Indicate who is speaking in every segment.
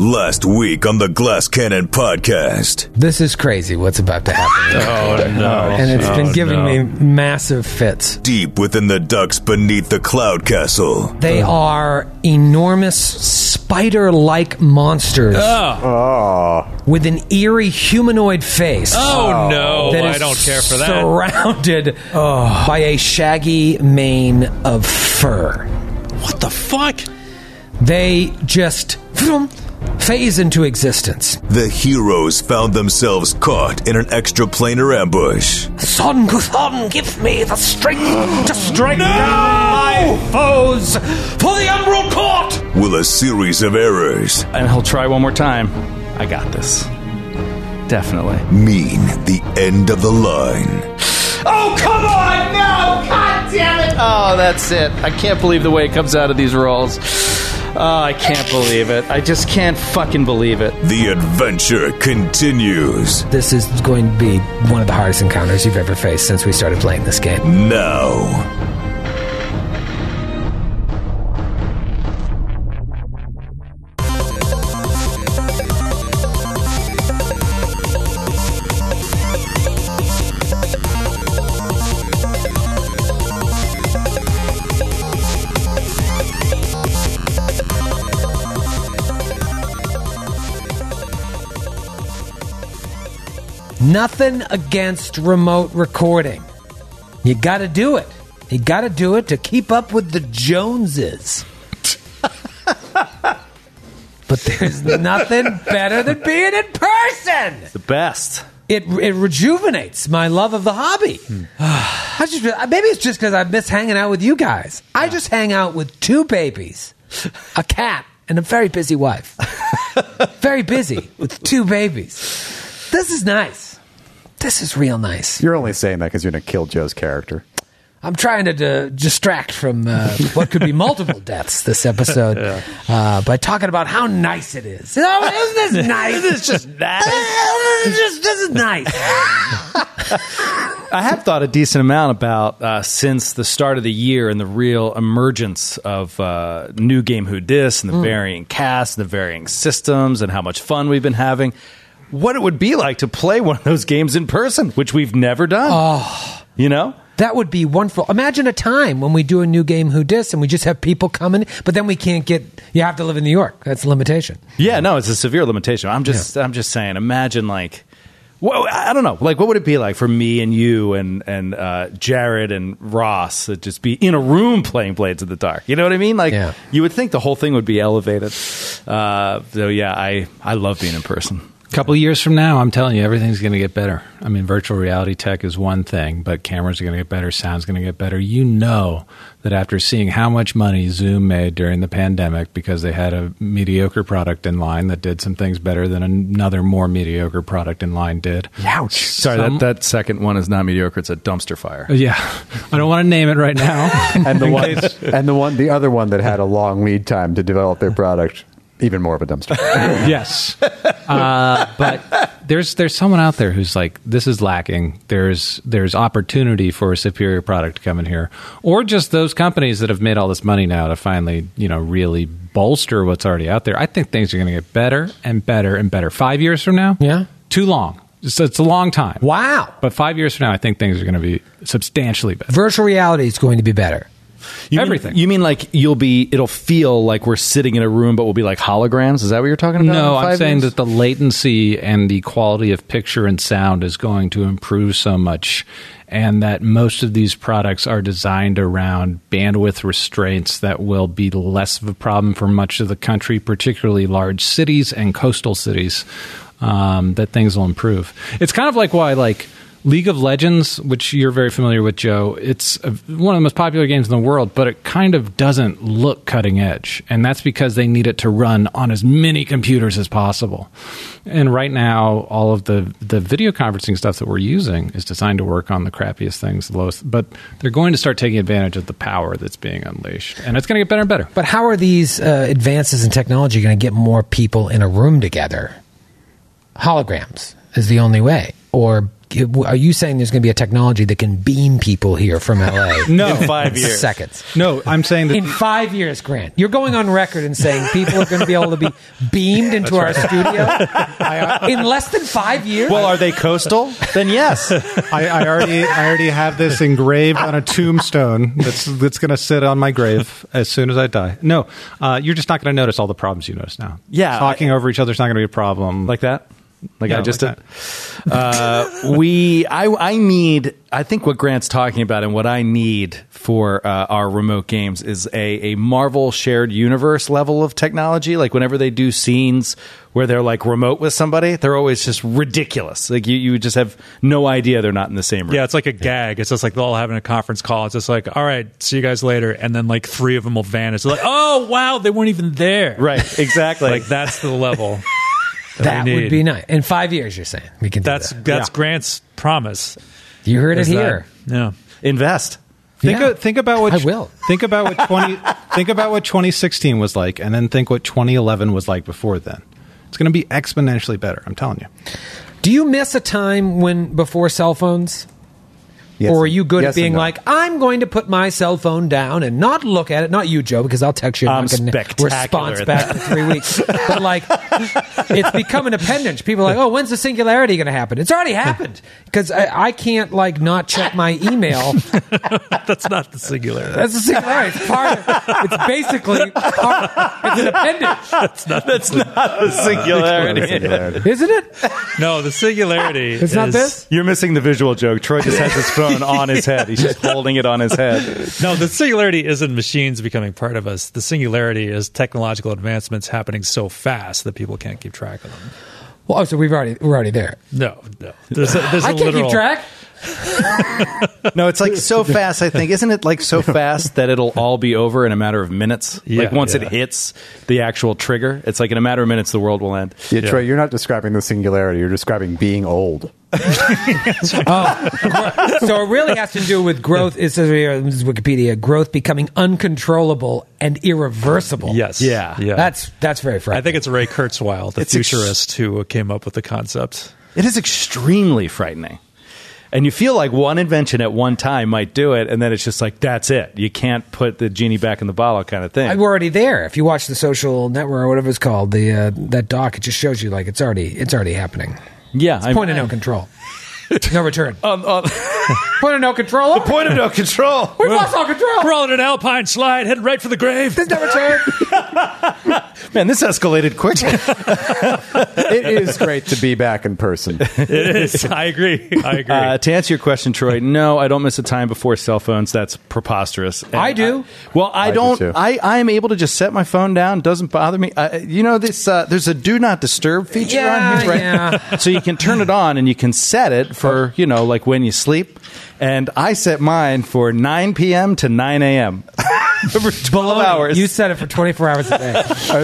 Speaker 1: Last week on the Glass Cannon podcast.
Speaker 2: This is crazy what's about to happen.
Speaker 3: Oh no!
Speaker 2: and it's
Speaker 3: it's
Speaker 2: been giving me massive fits.
Speaker 1: Deep within the ducks beneath the cloud castle.
Speaker 2: They are enormous spider like monsters
Speaker 3: Oh,
Speaker 2: with an eerie humanoid face.
Speaker 3: Oh no!
Speaker 2: that
Speaker 3: I
Speaker 2: is
Speaker 3: don't care for that.
Speaker 2: Surrounded by a shaggy mane of fur.
Speaker 3: what the fuck?
Speaker 2: They just vroom, phase into existence.
Speaker 1: The heroes found themselves caught in an extraplanar ambush.
Speaker 2: Son Guthon, give me the strength to strike down my foes for the Emerald Court!
Speaker 1: Will a series of errors
Speaker 4: And he'll try one more time. I got this. Definitely.
Speaker 1: mean the end of the line?
Speaker 4: Oh, come on! No! God damn it! Oh, that's it. I can't believe the way it comes out of these rolls. Oh, I can't believe it. I just can't fucking believe it.
Speaker 1: The adventure continues
Speaker 2: This is going to be one of the hardest encounters you've ever faced since we started playing this game.
Speaker 1: now.
Speaker 2: Nothing against remote recording. You gotta do it. You gotta do it to keep up with the Joneses. but there's nothing better than being in person!
Speaker 4: The best.
Speaker 2: it it rejuvenates my love of the hobby.
Speaker 4: Hmm.
Speaker 2: I just uh, maybe it's just because I miss hanging out with you guys. I just hang out with two babies, a cat, and a very busy wife. very busy with two babies. This is nice. This is real nice.
Speaker 5: You're only saying that because you're going to kill Joe's character.
Speaker 2: I'm trying to d- distract from uh, what could be multiple deaths this episode uh, by talking about how nice it is. Oh, isn't this nice? It's just nice. just this is nice.
Speaker 4: I have thought a decent amount about uh, since the start of the year and the real emergence of uh, new game Who Dis and the varying casts and the varying systems and how much fun we've been having. What it would be like to play one of those games in person, which we've never done. You know?
Speaker 2: That would be wonderful. Imagine a time when we do a new game Who Dis and we just have people coming, but then we can't get. You have to live in New York. That's a limitation.
Speaker 4: Yeah, no, it's a severe limitation. I'm just, I'm just saying. Imagine like, whoa, I I don't know, like, what would it be like for me and you and and uh, Jared and Ross to just be in a room playing Blades of the Dark? You know what I mean? Like,
Speaker 2: Yeah.
Speaker 4: you would think the whole thing would be elevated. Uh, so yeah, I I love being in person.
Speaker 6: couple years from now, I'm telling you, everything's going to get better. I mean, virtual reality tech is one thing, but cameras are going to get better, sound's going to get better. You know that after seeing how much money Zoom made during the pandemic because they had a mediocre product in line that did some things better than another more mediocre product in line did.
Speaker 2: Ouch.
Speaker 4: Sorry,
Speaker 6: Some-
Speaker 4: that that second one is not mediocre. It's a dumpster fire.
Speaker 6: Yeah, I don't want to name it right now.
Speaker 5: And the one, and the one, the other one that had a long lead time to develop their product, even more of a dumpster.
Speaker 6: yes. Uh, but there's there's someone out there who's like, this is lacking. There's there's opportunity for a superior product to come in here, or just those companies that have made all this money now to finally you know really bolster what's already out there. I think things are going to get better and better and better. Five years from now,
Speaker 2: Yeah.
Speaker 6: too long. So it's a long time.
Speaker 2: Wow.
Speaker 6: But five years from now, I think things are going to be substantially better.
Speaker 2: Virtual reality is going to be better.
Speaker 4: You mean-
Speaker 6: Everything.
Speaker 4: you mean like you'll be? It'll feel like we're sitting in a room, but we'll be like holograms. Is that what you're talking about? in
Speaker 6: No, I'm
Speaker 4: five
Speaker 6: saying
Speaker 4: years?
Speaker 6: that the latency and the quality of picture and sound is going to improve so much, and that most of these products are designed around bandwidth restraints that will be less of a problem for much of the country, particularly large cities and coastal cities. Um, that things will improve. It's kind of like why like. League of Legends, which you're very familiar with, Joe, it's a, one of the most popular games in the world, but it kind of doesn't look cutting edge. And that's because they need it to run on as many computers as possible. And right now, all of the, the video conferencing stuff that we're using is designed to work on the crappiest things, the lowest. But they're going to start taking advantage of the power that's being unleashed. And it's going to get better and better.
Speaker 2: But how are these uh, advances in technology going to get more people in a room together? Holograms is the only way. or uh, are you saying there's going to be a technology that can beam people here from LA?
Speaker 4: No.
Speaker 2: in
Speaker 4: Five years.
Speaker 2: Seconds.
Speaker 7: No, I'm saying
Speaker 2: In
Speaker 7: that
Speaker 2: five years, Grant, you're going on record and saying people are going to be able to be beamed into our
Speaker 8: uh,
Speaker 2: studio in less than five years.
Speaker 4: Well, are they coastal? then yes.
Speaker 6: I, I already I already have this engraved on a tombstone that's that's going to sit on my grave as soon as I die. No, uh, you're just not going to notice all the problems you notice now.
Speaker 4: Yeah,
Speaker 6: talking over each other is not going to be a problem.
Speaker 4: Like that? Like
Speaker 6: Yeah,
Speaker 4: I just
Speaker 6: like
Speaker 4: did? uh, we I I need I think what Grant's talking about and what I need for uh, our remote games is a a Marvel shared universe level of technology. Like whenever they do scenes where they're like remote with somebody, they're always just ridiculous. Like you you just have no idea they're not in the same room.
Speaker 8: Yeah, it's like a gag. It's just like they're all having a conference call. It's just like, all right, see you guys later. And then like three of them will vanish. They're like, oh, wow, they weren't even there.
Speaker 4: Right, exactly.
Speaker 8: Like that's the level.
Speaker 2: that
Speaker 8: we
Speaker 2: would
Speaker 8: need.
Speaker 2: be nice. In five years, you're saying we can. do
Speaker 8: That's
Speaker 2: that.
Speaker 8: that's Grant's promise.
Speaker 2: you heard it
Speaker 8: Is that-
Speaker 2: here.
Speaker 8: yeah.
Speaker 4: Invest.
Speaker 6: Think,
Speaker 2: Yeah.
Speaker 6: o- think about what
Speaker 2: I will.
Speaker 6: think about what twenty think about what 2016 was like, and then think what 2011 was like before then. It's going to be exponentially better. I'm telling you.
Speaker 2: Do you miss a time when before cell phones?
Speaker 5: Yes
Speaker 2: or are
Speaker 5: and-
Speaker 2: you good
Speaker 5: yes
Speaker 2: at being
Speaker 5: and no.
Speaker 2: like, I'm going to put my cell phone down and not look at it? Not you, Joe, because I'll text you and
Speaker 4: I'm
Speaker 2: not get a
Speaker 4: spectacular
Speaker 2: response
Speaker 4: at
Speaker 2: back in three weeks. But like, it's become an appendage. People are like, oh, when's the singularity going to happen? It's already happened because I, I can't like not check my email.
Speaker 8: That's not the singular.
Speaker 2: That's a singularity. It's part. Of, it's basically part. It's an appendage,
Speaker 4: That's not a singularity.
Speaker 5: Singularity.
Speaker 2: isn't it?
Speaker 8: No, the singularity.
Speaker 2: It's not this.
Speaker 4: You're missing the visual joke. Troy just has his phone on his head. He's just holding it on his head.
Speaker 8: No, the singularity isn't machines becoming part of us. The singularity is technological advancements happening so fast that people can't keep track of them.
Speaker 2: Well, oh, so we've already we're already there.
Speaker 8: No, no. There's a, there's a
Speaker 2: I can't
Speaker 8: literal,
Speaker 2: keep track.
Speaker 4: No, it's like so fast, I think. Isn't it like so fast that it'll all be over in a matter of minutes?
Speaker 8: Yeah,
Speaker 4: like once
Speaker 8: yeah.
Speaker 4: it hits the actual trigger, it's like in a matter of minutes the world will end.
Speaker 5: Yeah, Troy, you're not describing the singularity. You're describing being old.
Speaker 2: so it really has to do with growth. It says here, this is Wikipedia: growth becoming uncontrollable and irreversible.
Speaker 8: Yes.
Speaker 4: Yeah.
Speaker 8: Yeah.
Speaker 2: that's that's very
Speaker 8: I
Speaker 2: frightening.
Speaker 8: think it's Ray Kurzweil, the
Speaker 4: It's ex-
Speaker 8: futurist who came up with the concept.
Speaker 4: It is extremely frightening. And you feel like one invention at one time might do it, and then it's just like, that's it. You can't put the genie back in the bottle kind of thing.
Speaker 2: I'm already there. If you watch the social network or whatever it's called, the uh, that doc, it just shows you like it's already it's already happening.
Speaker 4: yeah. I'm-
Speaker 2: Point of no control, no return.
Speaker 4: Um, um,
Speaker 2: Point of no control. over.
Speaker 4: point of no control.
Speaker 2: We've lost all control.
Speaker 8: Rolling an alpine slide, headed right for the grave.
Speaker 2: There's no return.
Speaker 4: Man, this escalated quick.
Speaker 5: It is great to be back in person.
Speaker 8: It is. I agree. I agree.
Speaker 4: Uh, to answer your question, Troy, no, I don't miss a time before cell phones. That's preposterous. And
Speaker 2: I do.
Speaker 4: well, I,
Speaker 5: I do
Speaker 4: don't.
Speaker 5: too.
Speaker 4: I, I am able to just set my phone down. Doesn't bother me. Uh, you know this. Uh, there's a do not disturb feature on
Speaker 2: Yeah,
Speaker 4: here, right?
Speaker 2: yeah.
Speaker 4: So you can turn it on and you can set it for you know like when you sleep. And I set mine for 9 p.m. to 9 a.m. for 12 hours.
Speaker 2: You said it for 24 hours a day.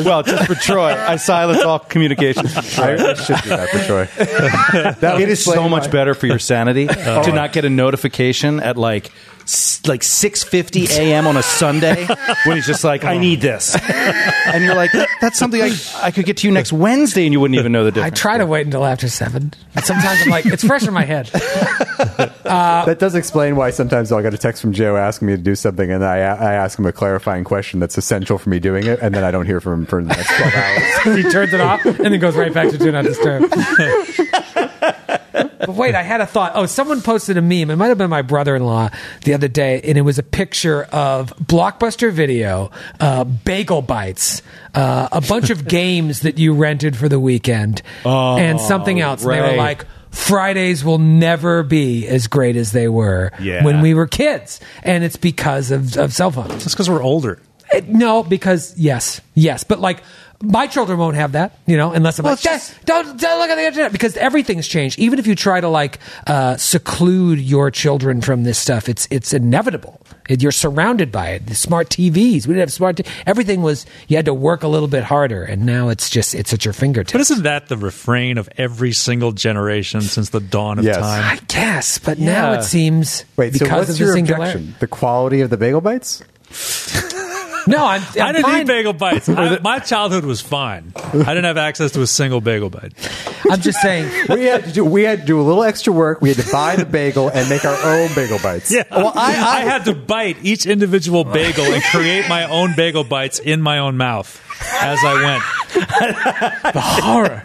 Speaker 4: well, just for Troy, I silence all communications. from Troy.
Speaker 5: I should do that for Troy. That
Speaker 4: it is so much better for your sanity to not get a notification at like s- like 6:50 a.m. on a Sunday when it's just like I need this, and you're like that's something I I could get to you next Wednesday and you wouldn't even know the
Speaker 2: I
Speaker 4: difference.
Speaker 2: try to wait until after seven. Sometimes I'm like, it's fresh in my head.
Speaker 5: That does explain why sometimes I'll get a text from Joe asking me to do something, and I, I ask him a clarifying question that's essential for me doing it, and then I don't hear from him for the next 12 hours.
Speaker 2: he turns it off and then goes right back to do not disturb. but wait, I had a thought. Oh, someone posted a meme. It might have been my brother-in-law the other day, and it was a picture of Blockbuster Video, uh, Bagel Bites, uh, a bunch of games that you rented for the weekend, and something else. And they
Speaker 4: Oh, right.
Speaker 2: were like. Fridays will never be as great as they were
Speaker 4: Yeah.
Speaker 2: when we were kids, and it's because of, of cell phones.
Speaker 8: That's because we're older.
Speaker 2: Uh, no, because yes, yes, but like my children won't have that, you know, unless I'm like, "Dad, don't, don't look at the internet because everything's changed. Even if you try to like uh, seclude your children from this stuff, it's it's inevitable. It- You're surrounded by it. The smart TVs, we didn't have smart. T- everything was you had to work a little bit harder, and now it's just it's at your
Speaker 8: But
Speaker 2: fingertips.
Speaker 8: isn't that the refrain of every single generation since the dawn of
Speaker 5: Yes.
Speaker 8: time?
Speaker 2: I guess, but now
Speaker 4: Yeah.
Speaker 2: it seems
Speaker 5: Wait,
Speaker 2: because
Speaker 5: so what's
Speaker 2: of the
Speaker 5: your
Speaker 2: singularity.
Speaker 5: objection? The quality of the bagel bites?
Speaker 2: No, I'm, I'm
Speaker 8: I didn't
Speaker 2: fine.
Speaker 8: eat bagel bites. I, my childhood was fine. I didn't have access to a single bagel bite.
Speaker 2: I'm just saying.
Speaker 5: We had to do we had to do a little extra work. We had to buy the bagel and make our own bagel bites.
Speaker 8: Yeah. Well, I, I, had to bite each individual bagel and create my own bagel bites in my own mouth as I went.
Speaker 2: Horror.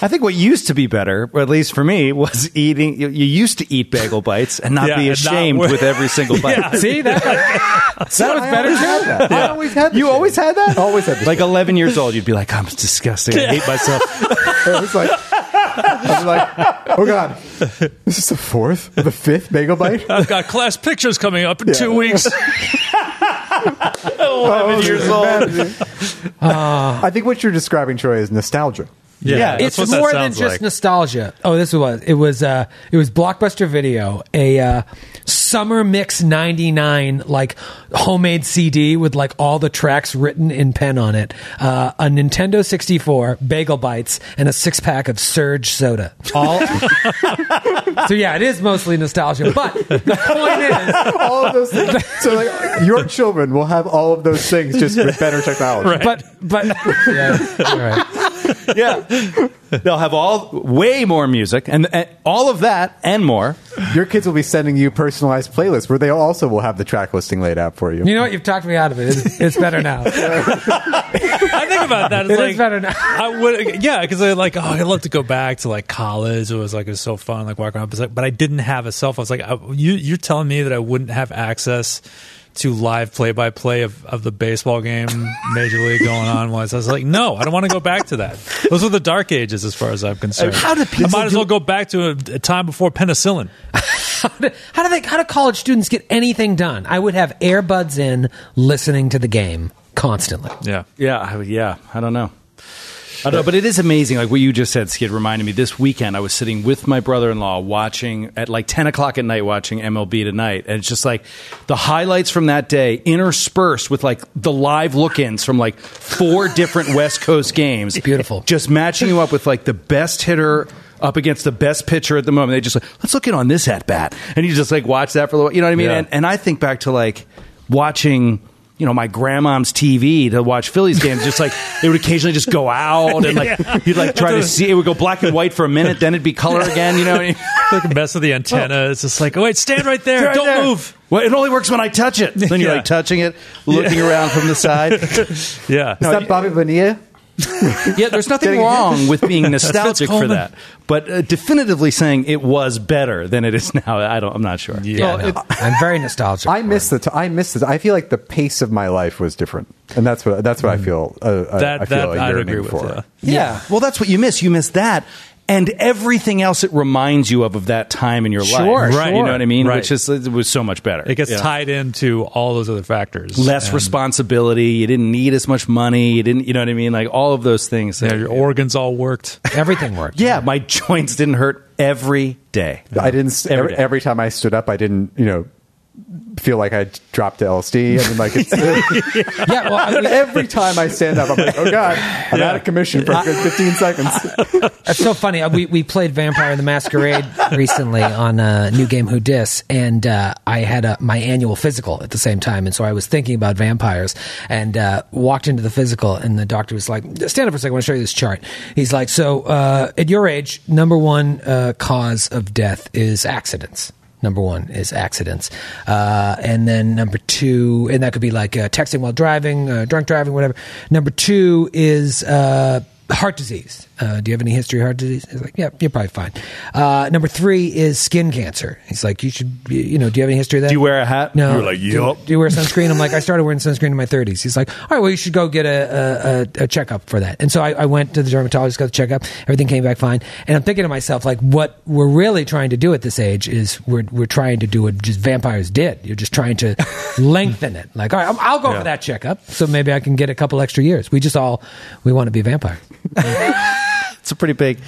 Speaker 4: I think what used to be better, or at least for me, was eating. You, you used to eat bagel bites and not
Speaker 8: Yeah,
Speaker 4: be
Speaker 8: and not
Speaker 4: ashamed
Speaker 8: wor-
Speaker 4: with every single bite.
Speaker 2: See that? that was better.
Speaker 5: always had that. I always had You always had that? Always had
Speaker 4: Like 11 years old, you'd be like, "I'm disgusting. I hate myself."
Speaker 5: It was like, I was like, oh god, this is the fourth, the fifth bagel bite.
Speaker 8: I've got class pictures coming up in two weeks.
Speaker 5: Oh, this is bad. I think what you're describing, Troy, is nostalgia.
Speaker 8: Yeah, that's
Speaker 2: it's
Speaker 8: what that
Speaker 2: more than
Speaker 8: sounds
Speaker 2: just
Speaker 8: like.
Speaker 2: nostalgia. Oh, this was it was uh it was Blockbuster Video, a uh, summer mix '99 like homemade CD with like all the tracks written in pen on it, uh, a Nintendo 64, Bagel Bites, and a six pack of Surge soda. All so yeah, it is mostly nostalgia. But the point is.
Speaker 5: All of those things. So, like, your children will have all of those things just with better technology.
Speaker 2: But but yeah, all right.
Speaker 4: yeah, they'll have all way more music and, and all of that and more.
Speaker 5: Your kids will be sending you personalized playlists where they also will have the track listing laid out for you.
Speaker 2: you know what? You've talked me out of it. It's, it's better now.
Speaker 8: I think about that.
Speaker 2: It is
Speaker 8: It's like,
Speaker 2: better now.
Speaker 8: I would, yeah, because I like, oh, I'd love to go back to like college. It was like it was so fun, like walking around. But, it's like, but I didn't have a cell phone. It's like I, you, you're telling me that I wouldn't have access to live play-by-play of, of the baseball game, major league going on once. I was like, no, I don't want to go back to that. Those were the dark ages, as far as I'm concerned.
Speaker 2: How do people
Speaker 8: I might as well go back to a, a time before penicillin.
Speaker 2: How do they? How do college students get anything done? I would have earbuds in, listening to the game constantly.
Speaker 8: Yeah.
Speaker 4: Yeah, I- yeah. I don't know. I don't know, but it is amazing. Like what you just said, Skid reminded me. This weekend, I was sitting with my brother-in-law watching at like ten o'clock at night, watching MLB tonight, and it's just like the highlights from that day interspersed with like the live look-ins from like four different West Coast games.
Speaker 2: Beautiful.
Speaker 4: just matching you up with like the best hitter up against the best pitcher at the moment. They just like let's look in on this at bat, and you just like watch that for a little. You know what I mean?
Speaker 8: Yeah.
Speaker 4: And, and I think back to like watching. You know, my grandmom's TV to watch Phillies games. Just like it would occasionally just go out, and like you'd like try to see it would go black and white for a minute, then it'd be color again. You know, what I mean?
Speaker 8: Like mess with the antenna. It's just like, oh, wait, stand right there.
Speaker 4: Right
Speaker 8: don't
Speaker 4: there.
Speaker 8: move.
Speaker 4: Well, it only works when I touch it. Then you're
Speaker 8: Yeah.
Speaker 4: like touching it, looking around from the side.
Speaker 8: Yeah.
Speaker 5: Is that Bobby Bonilla?
Speaker 4: Yeah, there's nothing wrong with being nostalgic for
Speaker 8: Coleman.
Speaker 4: that, but uh, definitively saying it was better than it is now. I don't. I'm not sure.
Speaker 2: Yeah, no, I'm very nostalgic.
Speaker 5: I miss the. T- I miss this. I feel like the pace of my life was different, and that's what. That's what I feel. Uh, I-
Speaker 8: Mm. That,
Speaker 5: I feel
Speaker 8: that
Speaker 5: a
Speaker 8: I'd
Speaker 5: yearning
Speaker 8: agree with.
Speaker 5: for.
Speaker 8: Yeah.
Speaker 4: Yeah. Well, that's what you miss. You miss that and everything else it reminds you of of that time in your
Speaker 2: Sure,
Speaker 4: life.
Speaker 2: Right.
Speaker 4: You know what I mean?
Speaker 8: right.
Speaker 4: Which is uh, it was so much better.
Speaker 8: It gets
Speaker 4: Yeah.
Speaker 8: tied into all those other factors.
Speaker 4: Less
Speaker 8: And,
Speaker 4: responsibility. You didn't need as much money. You didn't. You know what I mean? Like all of those things.
Speaker 8: You
Speaker 4: that-
Speaker 8: know, your organs all worked.
Speaker 2: Everything worked.
Speaker 4: yeah, my joints didn't hurt every day.
Speaker 5: I didn't. s-
Speaker 4: Every
Speaker 5: Every,
Speaker 4: day.
Speaker 5: every time I stood up, I didn't. You know, feel like I dropped to LSD. I mean, like it's,
Speaker 2: Yeah, well, I mean,
Speaker 5: every time I stand up, I'm like, oh god, I'm out of commission for a good 15 seconds.
Speaker 2: it's so funny. Uh, We we played Vampire the Masquerade recently on uh, New Game Who Dis, and uh, I had a, my annual physical at the same time, and so I was thinking about vampires and uh, walked into the physical, and the doctor was like, "Stand up for a second. I want to show you this chart." He's like, "So uh, at your age, number one uh, cause of death is accidents." Number one is accidents. Uh, and then number two, and that could be like uh, texting while driving, uh, drunk driving, whatever. Number two is uh, heart disease. Uh, do you have any history of heart disease? He's like, yeah, you're probably fine. Uh, number three is skin cancer. He's like, you should, you know, do you have any history of that?
Speaker 4: Do you wear a hat?
Speaker 2: No.
Speaker 4: You're like,
Speaker 2: Do you-
Speaker 4: yup.
Speaker 2: Do, you wear sunscreen? I'm like, I started wearing sunscreen in my 30s. He's like, all right, well, you should go get a, a, a, a checkup for that. And so I, I went to the dermatologist, got the checkup. Everything came back fine. And I'm thinking to myself, like, what we're really trying to do at this age is we're, we're trying to do what just vampires did. You're just trying to lengthen it. Like, all right, I'm- I'll go for that checkup. So maybe I can get a couple extra years. We just all, we want to be vampires.
Speaker 4: It's a pretty big.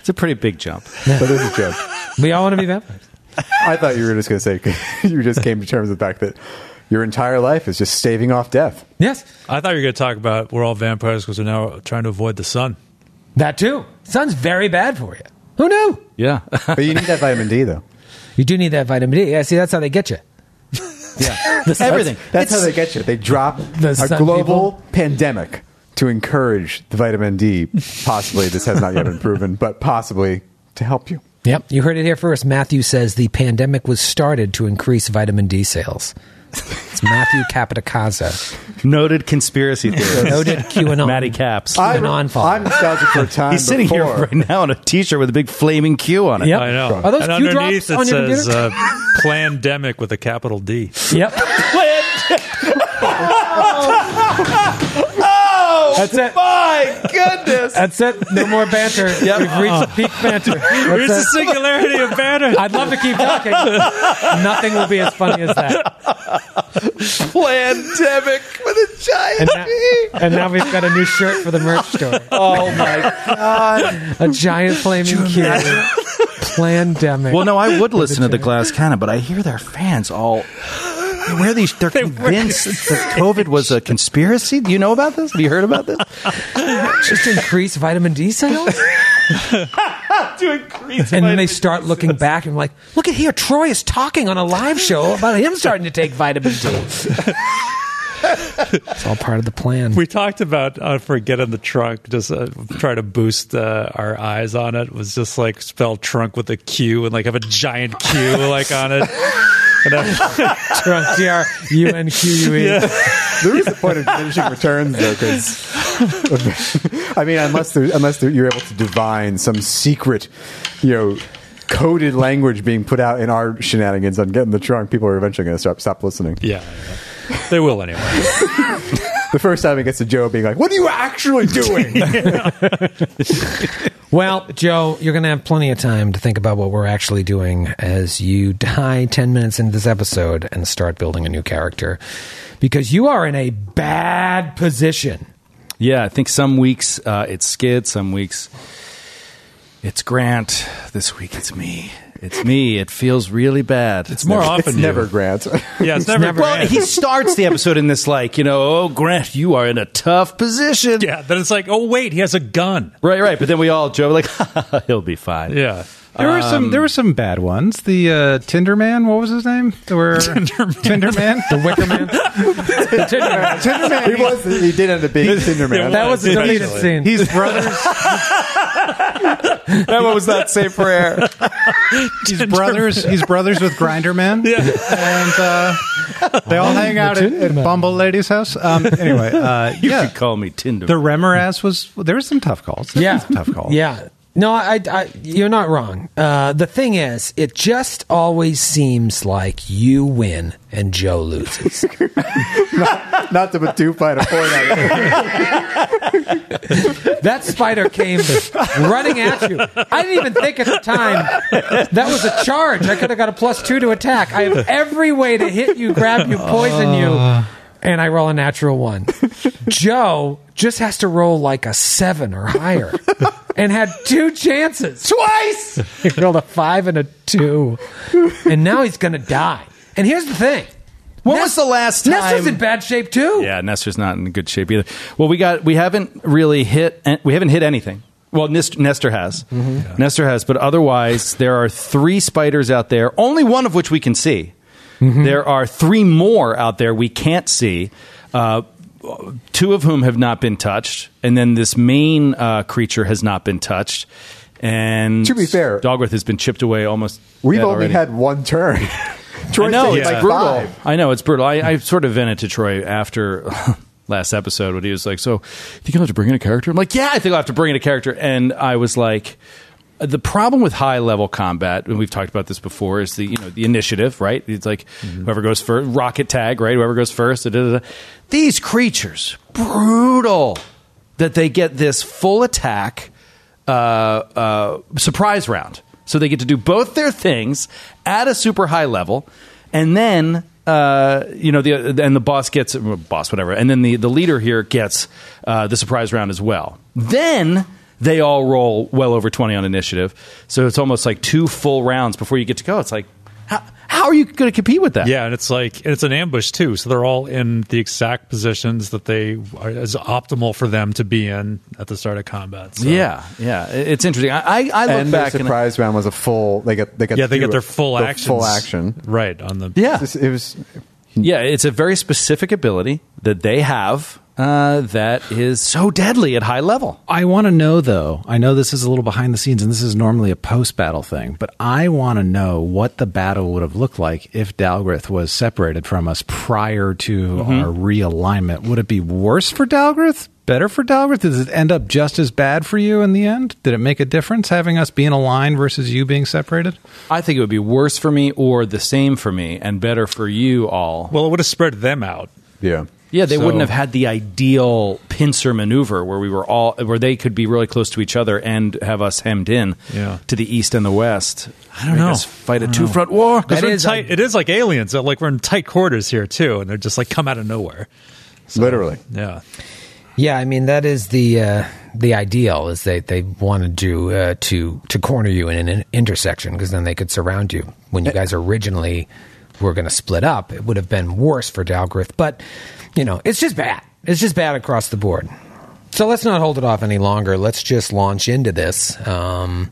Speaker 4: It's a pretty big jump.
Speaker 5: but this is a joke.
Speaker 2: We all want to be vampires.
Speaker 5: I thought you were just going to say you just came to terms with the fact that your entire life is just staving off death.
Speaker 2: Yes,
Speaker 8: I thought you were going to talk about we're all vampires because we're now trying to avoid the sun.
Speaker 2: that too. Sun's very bad for you. Who knew?
Speaker 4: Yeah.
Speaker 5: But you need that vitamin D though.
Speaker 2: You do need that vitamin D. Yeah, see, that's how they get you.
Speaker 5: Yeah,
Speaker 9: This- everything.
Speaker 5: That's, that's how
Speaker 9: It's-
Speaker 5: they get you. They drop
Speaker 9: The
Speaker 5: a
Speaker 9: sun
Speaker 5: global pandemic to encourage the vitamin D. Possibly, this has not yet been proven, but possibly to help you.
Speaker 2: Yep, you heard it here first. Matthew says the pandemic was started to increase vitamin D sales. It's Matthew Capitacasa.
Speaker 4: Noted conspiracy theorist.
Speaker 2: Noted QAnon.
Speaker 4: Matty Caps.
Speaker 2: I-
Speaker 5: I'm,
Speaker 2: An on follow.
Speaker 5: I'm nostalgic for a time.
Speaker 4: He's sitting here
Speaker 5: before.
Speaker 4: right now in a T-shirt with a big flaming Q on it.
Speaker 2: Yep.
Speaker 8: I know.
Speaker 2: Are those
Speaker 8: and
Speaker 2: Q
Speaker 8: underneath
Speaker 2: drops on
Speaker 8: it
Speaker 2: your
Speaker 8: says
Speaker 2: computer?
Speaker 8: uh, "Plandemic" with a capital D.
Speaker 2: Yep.
Speaker 5: That's it.
Speaker 4: My goodness.
Speaker 2: That's it. No more banter. We've reached peak banter. That's
Speaker 8: Here's the
Speaker 2: it.
Speaker 8: singularity of banner.
Speaker 2: I'd love to keep talking. Nothing will be as funny as that.
Speaker 4: Pandemic with a
Speaker 2: And
Speaker 4: giant
Speaker 2: now, and now we've got a new shirt for the merch store.
Speaker 4: Oh my.
Speaker 2: A giant flaming cure. Plandemic.
Speaker 4: Well, no, I would listen to the Glass Cannon, but I hear their fans all. They wear these. They're convinced that COVID was a conspiracy. Do you know about this? Have you heard about this?
Speaker 2: just increase vitamin D sales? and then they start looking back and like, look at here, Troy is talking on a live show about him starting to take vitamin D. it's all part of the plan.
Speaker 8: We talked about uh, for get in the trunk. Just uh, try to boost uh, our eyes on it. Was just like spell trunk with a Q and like have a giant Q like on it. And I-
Speaker 2: Trust T R U N Q U E.
Speaker 5: There is a point of diminishing returns, though, because I mean, unless there, unless there, you're able to divine some secret, you know, coded language being put out in our shenanigans on getting the trunk, people are eventually going to stop stop listening.
Speaker 8: yeah, yeah. they will anyway.
Speaker 5: The first time it gets to Joe being like, "What are you actually doing?"
Speaker 2: Well, Joe, you're going to have plenty of time to think about what we're actually doing as you die 10 minutes into this episode and start building a new character because you are in a bad position.
Speaker 4: Yeah, I think some weeks uh, it's Skid, some weeks it's Grant. This week it's me. It's me. It feels really bad.
Speaker 8: It's more often
Speaker 5: it's
Speaker 8: you.
Speaker 5: never Grant.
Speaker 8: Yeah, it's, never.
Speaker 4: Well,
Speaker 8: grand.
Speaker 4: he starts the episode in this like, you know, oh Grant, you are in a tough position.
Speaker 8: yeah, then it's like, oh wait, he has a gun.
Speaker 4: Right, right. But then we all joke like, he'll be fine.
Speaker 8: Yeah,
Speaker 6: There were some. There were some bad ones. The uh, Tinder man. What was his name? Where Tinderman.
Speaker 2: The Wicker Man.
Speaker 5: he was. He did end up being Tinder Man.
Speaker 2: That was a deleted
Speaker 8: Actually.
Speaker 2: scene.
Speaker 6: He's brothers.
Speaker 4: That one was not safe for air.
Speaker 6: He's brothers. He's brothers with Grinder Man. Yeah, and uh, they all hang out at, at Bumble Lady's house. Um, anyway, uh,
Speaker 4: You
Speaker 6: yeah.
Speaker 4: could call me Tinder.
Speaker 6: The Remoras was there were some tough calls. There were
Speaker 2: yeah,
Speaker 6: some tough calls.
Speaker 2: Yeah, no, I, I, you're not wrong. Uh, the thing is, it just always seems like you win and Joe loses.
Speaker 5: Not to but two fight a four. night.
Speaker 2: that spider came running at you. I didn't even think at the time that was a charge. I could have got a plus two to attack. I have every way to hit you, grab you, poison you, and I roll a natural one. Joe just has to roll like a seven or higher. And had two chances.
Speaker 5: Twice.
Speaker 2: He rolled a five and a two, and now he's gonna die. And here's the thing:
Speaker 4: When was the last time?
Speaker 2: Ness is in bad shape too.
Speaker 4: Yeah, Nestor's not in good shape either. Well, we got we haven't really hit eh, we haven't hit anything. Well, Nest- Nestor has.
Speaker 5: Mm-hmm.
Speaker 4: Nestor has, but otherwise there are 3 spiders out there, only one of which we can see.
Speaker 5: Mm-hmm.
Speaker 4: There are 3 more out there we can't see. Uh Two of whom have not been touched, and then this main uh, creature has not been touched. And
Speaker 5: To be fair-
Speaker 4: Dogworth has been chipped away almost.
Speaker 5: We've
Speaker 4: dead
Speaker 5: only
Speaker 4: already.
Speaker 5: had one turn. Troy
Speaker 4: I know
Speaker 5: saved
Speaker 4: it's
Speaker 5: like
Speaker 4: brutal.
Speaker 5: five.
Speaker 4: I know it's brutal. I, I sort of vented to Troy after last episode when he was like, "So, do you gonna have to bring in a character?" I'm like, "Yeah, I think I'll have to bring in a character." And I was like, "The problem with high level combat, and we've talked about this before, is the you know the initiative, right? It's like whoever goes first, rocket tag, right? Whoever goes first. Da, da, da. These creatures, brutal, that they get this full attack." uh, uh, surprise round. So they get to do both their things at a super high level, and then uh, you know the and the boss gets boss whatever, and then the the leader here gets uh, the surprise round as well. Then they all roll well over twenty on initiative, so it's almost like two full rounds before you get to go. It's like how, how are you going to compete with that?
Speaker 8: yeah, and it's like and it's an ambush too. So they're all in the exact positions that they are is optimal for them to be in at the start of combat. So.
Speaker 4: yeah, yeah. It- It's interesting. I I, I look
Speaker 5: and
Speaker 4: back
Speaker 5: their
Speaker 4: and I-
Speaker 5: surprise round was a full. They got. They got.
Speaker 8: yeah, they
Speaker 5: two-
Speaker 8: get their full
Speaker 5: the
Speaker 8: action,
Speaker 5: Full action.
Speaker 8: right on the
Speaker 4: yeah,
Speaker 5: This- It was
Speaker 4: Yeah, it's a very specific ability that they have uh, that is so deadly at high level.
Speaker 7: I want to know though. I know this is a little behind the scenes, and this is normally a post-battle thing, but I want to know what the battle would have looked like if Dalgrith was separated from us prior to our realignment. Would it be worse for Dalgrith? Better for Dalgrith? Does it end up just as bad for you in the end? Did it make a difference having us being aligned versus you being separated?
Speaker 4: I think it would be worse for me or the same for me and better for you all.
Speaker 8: Well, it would have spread them out.
Speaker 5: Yeah.
Speaker 4: Yeah, they
Speaker 8: So-
Speaker 4: wouldn't have had the ideal pincer maneuver where we were all where they could be really close to each other and have us hemmed in
Speaker 8: Yeah.
Speaker 4: to the east and the west. I
Speaker 8: don't know.
Speaker 4: fight a two front war.
Speaker 8: 'Cause
Speaker 2: That
Speaker 8: we're in
Speaker 2: is
Speaker 8: tight-
Speaker 2: a-
Speaker 8: it is um, like aliens. uh, Like we're in tight quarters here too, and they're just like come out of nowhere.
Speaker 5: Literally.
Speaker 8: Yeah,
Speaker 2: Yeah, I mean that is the uh, the ideal is they they wanted to uh, to to corner you in an in- intersection because then they could surround you. When you guys originally were going to split up, it would have been worse for Dalgrith. But you know, it's just bad. It's just bad across the board. So let's not hold it off any longer. Let's just launch into this. Um,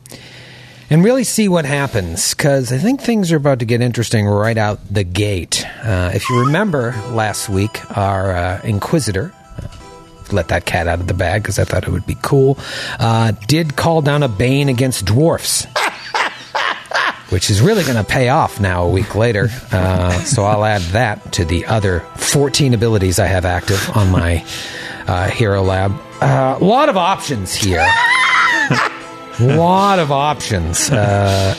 Speaker 2: and really see what happens because I think things are about to get interesting right out the gate. Uh, if you remember last week, our uh, Inquisitor, let that cat out of the bag because I thought it would be cool. Uh, did call down a bane against dwarfs, which is really going to pay off now a week later. Uh, so I'll add that to the other 14 abilities I have active on my uh, hero lab. A lot of options here. lot of options. Uh,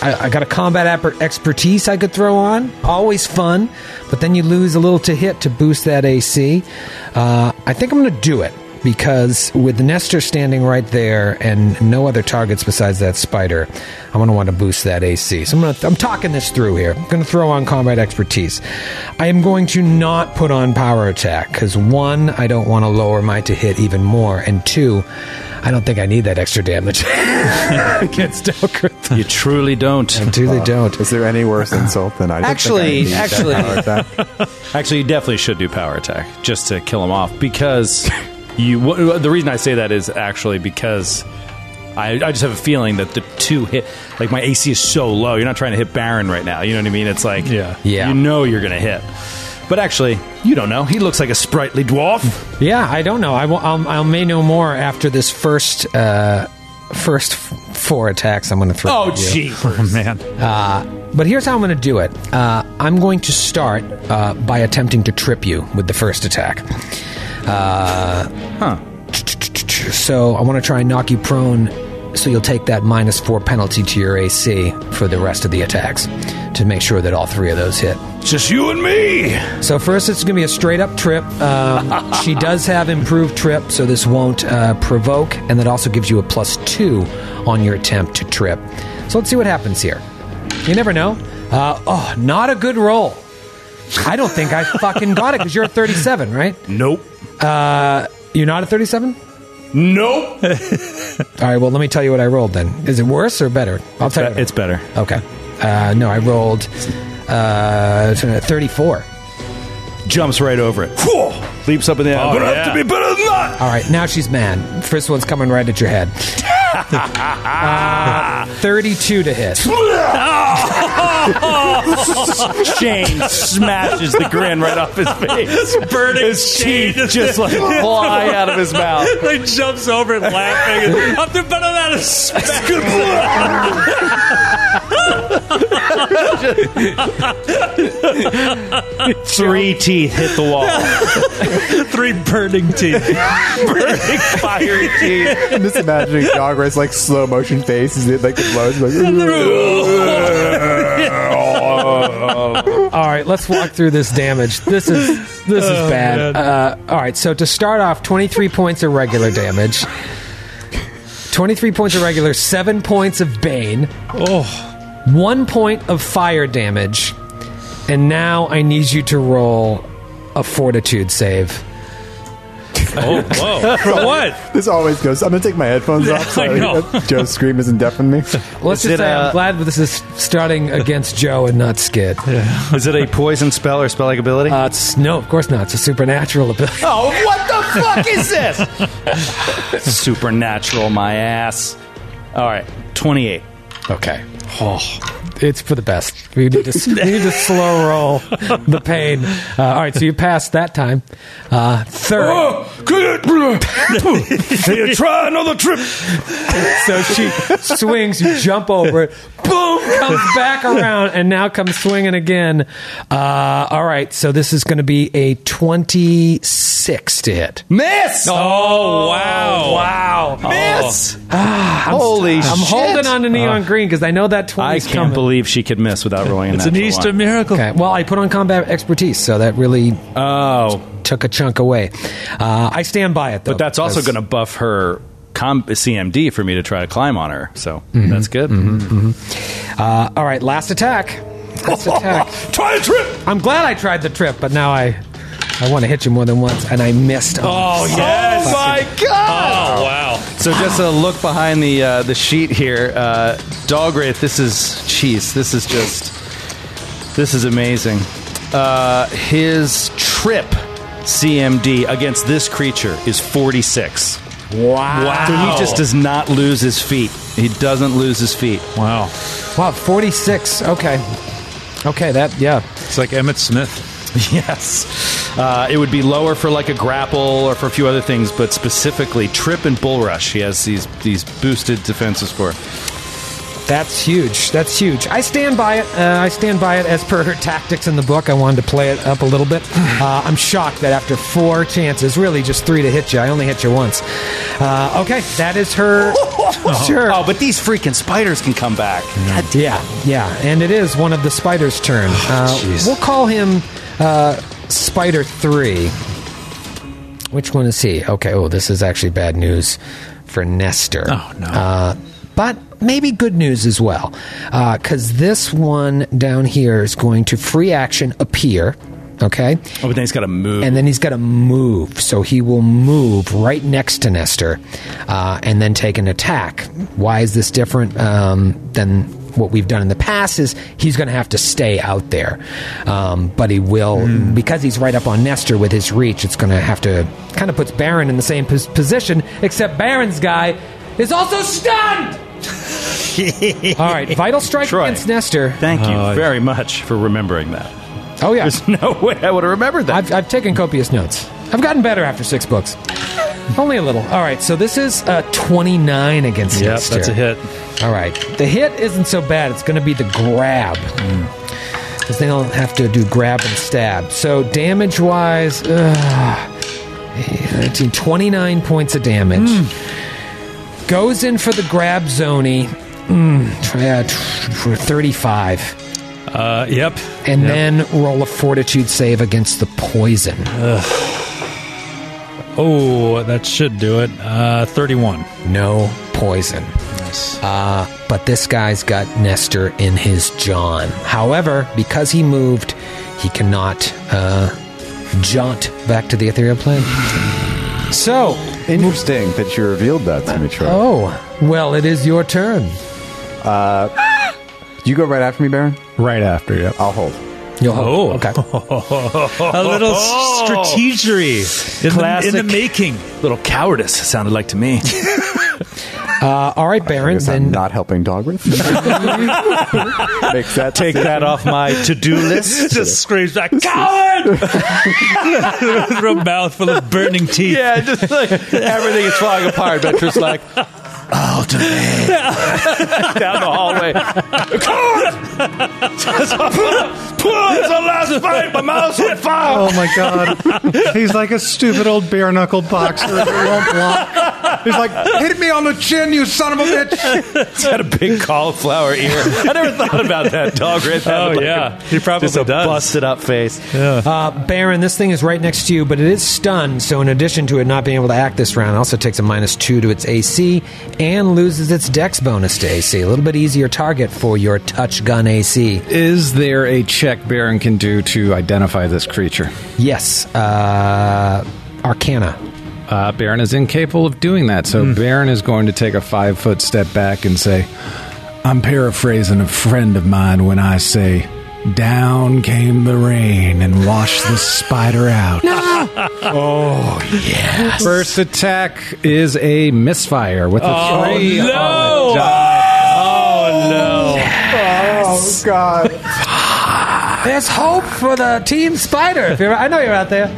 Speaker 2: I, I got a combat ap- expertise I could throw on. Always fun, but then you lose a little to hit to boost that AC. Uh, I think I'm going to do it because with Nestor standing right there and no other targets besides that spider, I'm going to want to boost that AC. So I'm going to I'm talking this through here. I'm going to throw on combat expertise. I am going to not put on power attack because one, I don't want to lower my to hit even more, and two, I don't think I need that extra damage against Delcryth.
Speaker 4: You truly don't.
Speaker 2: I truly don't.
Speaker 5: Is there any worse insult than I? don't think I
Speaker 4: Actually-
Speaker 5: need that
Speaker 4: actually-
Speaker 5: power attack.
Speaker 4: Actually, you definitely should do power attack just to kill him off because you. wh- The reason I say that is actually because I, I just have a feeling that the two hit like my AC is so low. You're not trying to hit Baron right now. You know what I mean? It's like
Speaker 8: Yeah.
Speaker 2: Yeah.
Speaker 4: you know you're gonna hit. But actually, you don't know. He looks like a sprightly dwarf.
Speaker 2: Yeah, I don't know. I will, I'll, I'll may know more after this first uh, first f- four attacks I'm going to throw.
Speaker 4: Oh,
Speaker 2: at you.
Speaker 4: gee.
Speaker 8: oh, man.
Speaker 2: But here's how I'm going to do it. Uh, I'm going to start uh, by attempting to trip you with the first attack. Uh,
Speaker 4: Huh.
Speaker 2: So I want to try and knock you prone, so you'll take that minus four penalty to your AC for the rest of the attacks to make sure that all three of those hit.
Speaker 4: It's just you and me.
Speaker 2: So first, it's going to be a straight up trip. Um, she does have improved trip, so this won't uh, provoke, and that also gives you a plus two on your attempt to trip. So let's see what happens here. You never know. Uh, oh, not a good roll. I don't think I fucking got it because you're a 37, right?
Speaker 4: Nope.
Speaker 2: You're not a 37.
Speaker 4: Nope.
Speaker 2: All right. Well, let me tell you what I rolled then. Is it worse or better? I'll tell you. what I-
Speaker 4: it's better.
Speaker 2: okay. Uh, no, I rolled uh, 34.
Speaker 4: Jumps right over it. Whoa! Leaps up in the air. but I have to be better than that.
Speaker 2: All right, now she's mad. First one's coming right at your head. Uh, 32 to hit.
Speaker 4: Shane smashes the grin right off his face.
Speaker 8: burning
Speaker 4: His
Speaker 8: shade.
Speaker 4: teeth just like fly out of his mouth.
Speaker 8: like jumps over it laughing. And, Up to better than a smack.
Speaker 4: Three teeth hit the wall.
Speaker 8: Three burning teeth.
Speaker 4: Burning fiery teeth.
Speaker 5: I'm just imagining dog race like slow motion faces. It like it blows. Like,
Speaker 2: All right, let's walk through this damage. This is this is bad.
Speaker 8: Oh, man.
Speaker 2: Uh, all right, so to start off, 23 points of regular damage. 23 points of regular, 7 points of bane,
Speaker 8: Oh,
Speaker 2: 1 point of fire damage. And now I need you to roll a fortitude save.
Speaker 8: oh, whoa! For what?
Speaker 5: this always goes. I'm gonna take my headphones off. So
Speaker 8: I know.
Speaker 5: Joe's scream doesn't deafen me.
Speaker 2: Let's
Speaker 4: Is
Speaker 2: just
Speaker 4: it,
Speaker 2: say
Speaker 4: uh,
Speaker 2: I'm glad this is starting against Joe and not Skid.
Speaker 4: Is it a poison spell or spell like ability?
Speaker 2: Uh, it's, no, of course not. It's a supernatural ability.
Speaker 4: oh, what the fuck is this? Supernatural, my ass. All right, 28.
Speaker 2: Okay. it's for the best. We need to, we need to slow roll the pain. Uh, all right, so you passed that time. Uh, third.
Speaker 8: Oh, you try another trip.
Speaker 2: So she swings, you jump over it, boom, comes back around, and now comes swinging again. Uh, all right, so this is going to be a 26 to hit.
Speaker 4: Miss!
Speaker 8: Oh wow!
Speaker 2: Wow.
Speaker 4: Oh. Miss!
Speaker 5: Holy
Speaker 8: Oh,
Speaker 2: I'm holding on to
Speaker 8: Uh,
Speaker 2: neon green because I know that 20
Speaker 4: I
Speaker 2: is
Speaker 4: can't
Speaker 2: coming.
Speaker 4: believe she could miss without rolling. a
Speaker 8: It's an
Speaker 4: natural
Speaker 8: Easter
Speaker 4: one.
Speaker 8: miracle.
Speaker 2: Okay, well, I put on combat expertise, so that really uh,
Speaker 4: Oh,
Speaker 2: took a chunk away. Uh, I stand by it, though.
Speaker 4: but that's also
Speaker 2: because-
Speaker 4: going to buff her com- CMD for me to try to climb on her. So that's good.
Speaker 2: Uh, all right, last attack. Last attack.
Speaker 4: Try a trip.
Speaker 2: I'm glad I tried the trip, but now I I want to hit you more than once, and I missed.
Speaker 8: Oh yes!
Speaker 4: Oh my god!
Speaker 8: Oh wow!
Speaker 4: So just a look behind the uh, the sheet here, uh, Dogwraith. This is cheese. This is just this is amazing. Uh, his trip CMD against this creature is forty six.
Speaker 2: wow!
Speaker 4: So he just does not lose his feet. He doesn't lose his feet.
Speaker 8: Wow!
Speaker 2: Wow, 46. Okay. Okay, that, yeah.
Speaker 8: It's like Emmett Smith.
Speaker 4: Yes. Uh, it would be lower for like a grapple or for a few other things, but specifically trip and bull rush. He has these these boosted defenses for.
Speaker 2: That's huge. That's huge. I stand by it. Uh, I stand by it as per her tactics in the book. I wanted to play it up a little bit. Uh, I'm shocked that after four chances, really just three to hit you, I only hit you once. Uh, okay, that is her. sure.
Speaker 4: Oh, but these freaking spiders can come back.
Speaker 2: Yeah, yeah, and it is one of the spiders' turn.
Speaker 8: Oh,
Speaker 2: Uh, we'll call him uh, Spider Three. Which one is he? Okay. Oh, this is actually bad news for Nestor.
Speaker 8: Oh, no.
Speaker 2: Uh, but maybe good news as well, because this one down here is going to free action appear. Okay.
Speaker 4: Oh, but then he's got to move.
Speaker 2: And then he's got to move. So he will move right next to Nestor uh, and then take an attack. Why is this different um, than what we've done in the past? Is he's going to have to stay out there. Um, but he will, because he's right up on Nestor with his reach, it's going to have to kind of puts Baron in the same pos- position, except Baron's guy is also stunned! All right, vital strike
Speaker 4: Troy.
Speaker 2: against Nestor.
Speaker 4: Thank you very much for remembering that.
Speaker 2: Oh, yeah.
Speaker 4: There's no way I would have remembered that.
Speaker 2: I've, I've taken copious notes. I've gotten better after six books. Only a little. All right, so this is a 29 against
Speaker 8: Yep,
Speaker 2: Nestor.
Speaker 8: that's a hit.
Speaker 2: All right. The hit isn't so bad. It's going to be the grab. Because then I'll have to do grab and stab. So damage wise, uh, 19, 29 points of damage.
Speaker 8: Hmm.
Speaker 2: Goes in for the grab zony. Mm, try- uh, tr- for 35
Speaker 8: Uh, yep.
Speaker 2: and then roll a fortitude save against the poison.
Speaker 8: Oh, that should do it. Uh, Thirty-one.
Speaker 2: No poison. Uh, but this guy's got Nestor in his John. However, because he moved, he cannot uh, jaunt back to the ethereal plane. So,
Speaker 5: Interesting that you revealed that to me, Troy.
Speaker 2: oh, well, it is your turn.
Speaker 5: You go right after me, Baron.
Speaker 6: Right
Speaker 4: uh,
Speaker 6: after, yep.
Speaker 5: I'll hold.
Speaker 2: You'll hold.
Speaker 8: Oh.
Speaker 2: Okay.
Speaker 8: A little strategery in the, in the
Speaker 4: Oh, Classic.
Speaker 8: making.
Speaker 4: Little cowardice sounded like to me.
Speaker 2: Uh, all right,
Speaker 5: I
Speaker 2: Baron.
Speaker 5: guess I'm
Speaker 2: Then
Speaker 5: not helping Dogworth. Makes that
Speaker 4: Take that off my to-do list.
Speaker 8: Just screams like coward with a mouth full of burning teeth.
Speaker 4: yeah, just like everything is falling apart. But just like ultimate down the hallway.
Speaker 8: Pull the last fight, my mouth's on fire.
Speaker 6: Oh my god. He's like a stupid old bare knuckled boxer who won't block. He's like, hit me on the chin, you son of a bitch.
Speaker 4: It's got a big cauliflower ear. I never thought about that dog right there.
Speaker 8: Oh
Speaker 4: Like
Speaker 8: yeah,
Speaker 4: a-
Speaker 8: he probably
Speaker 4: just a
Speaker 8: does.
Speaker 4: busted up face.
Speaker 2: Uh, Baron, this thing is right next to you, but it is stunned. So, in addition to it not being able to act this round, it also takes a minus two to its AC and loses its Dex bonus to AC. A little bit easier target for your touch gun AC.
Speaker 7: Is there a check Baron can do to identify this creature?
Speaker 2: Yes, uh, Arcana.
Speaker 7: Uh, Baron is incapable of doing that, so Baron is going to take a five foot step back and say, I'm paraphrasing a friend of mine when I say, Down came the rain and washed the spider out. Oh, First attack is a Oh,
Speaker 8: Oh,
Speaker 4: Oh,
Speaker 7: misfire with a three.
Speaker 8: no!
Speaker 7: on the die.
Speaker 8: Oh no!
Speaker 5: Oh God!
Speaker 2: There's hope for the Team Spider. If you're, I know you're out there.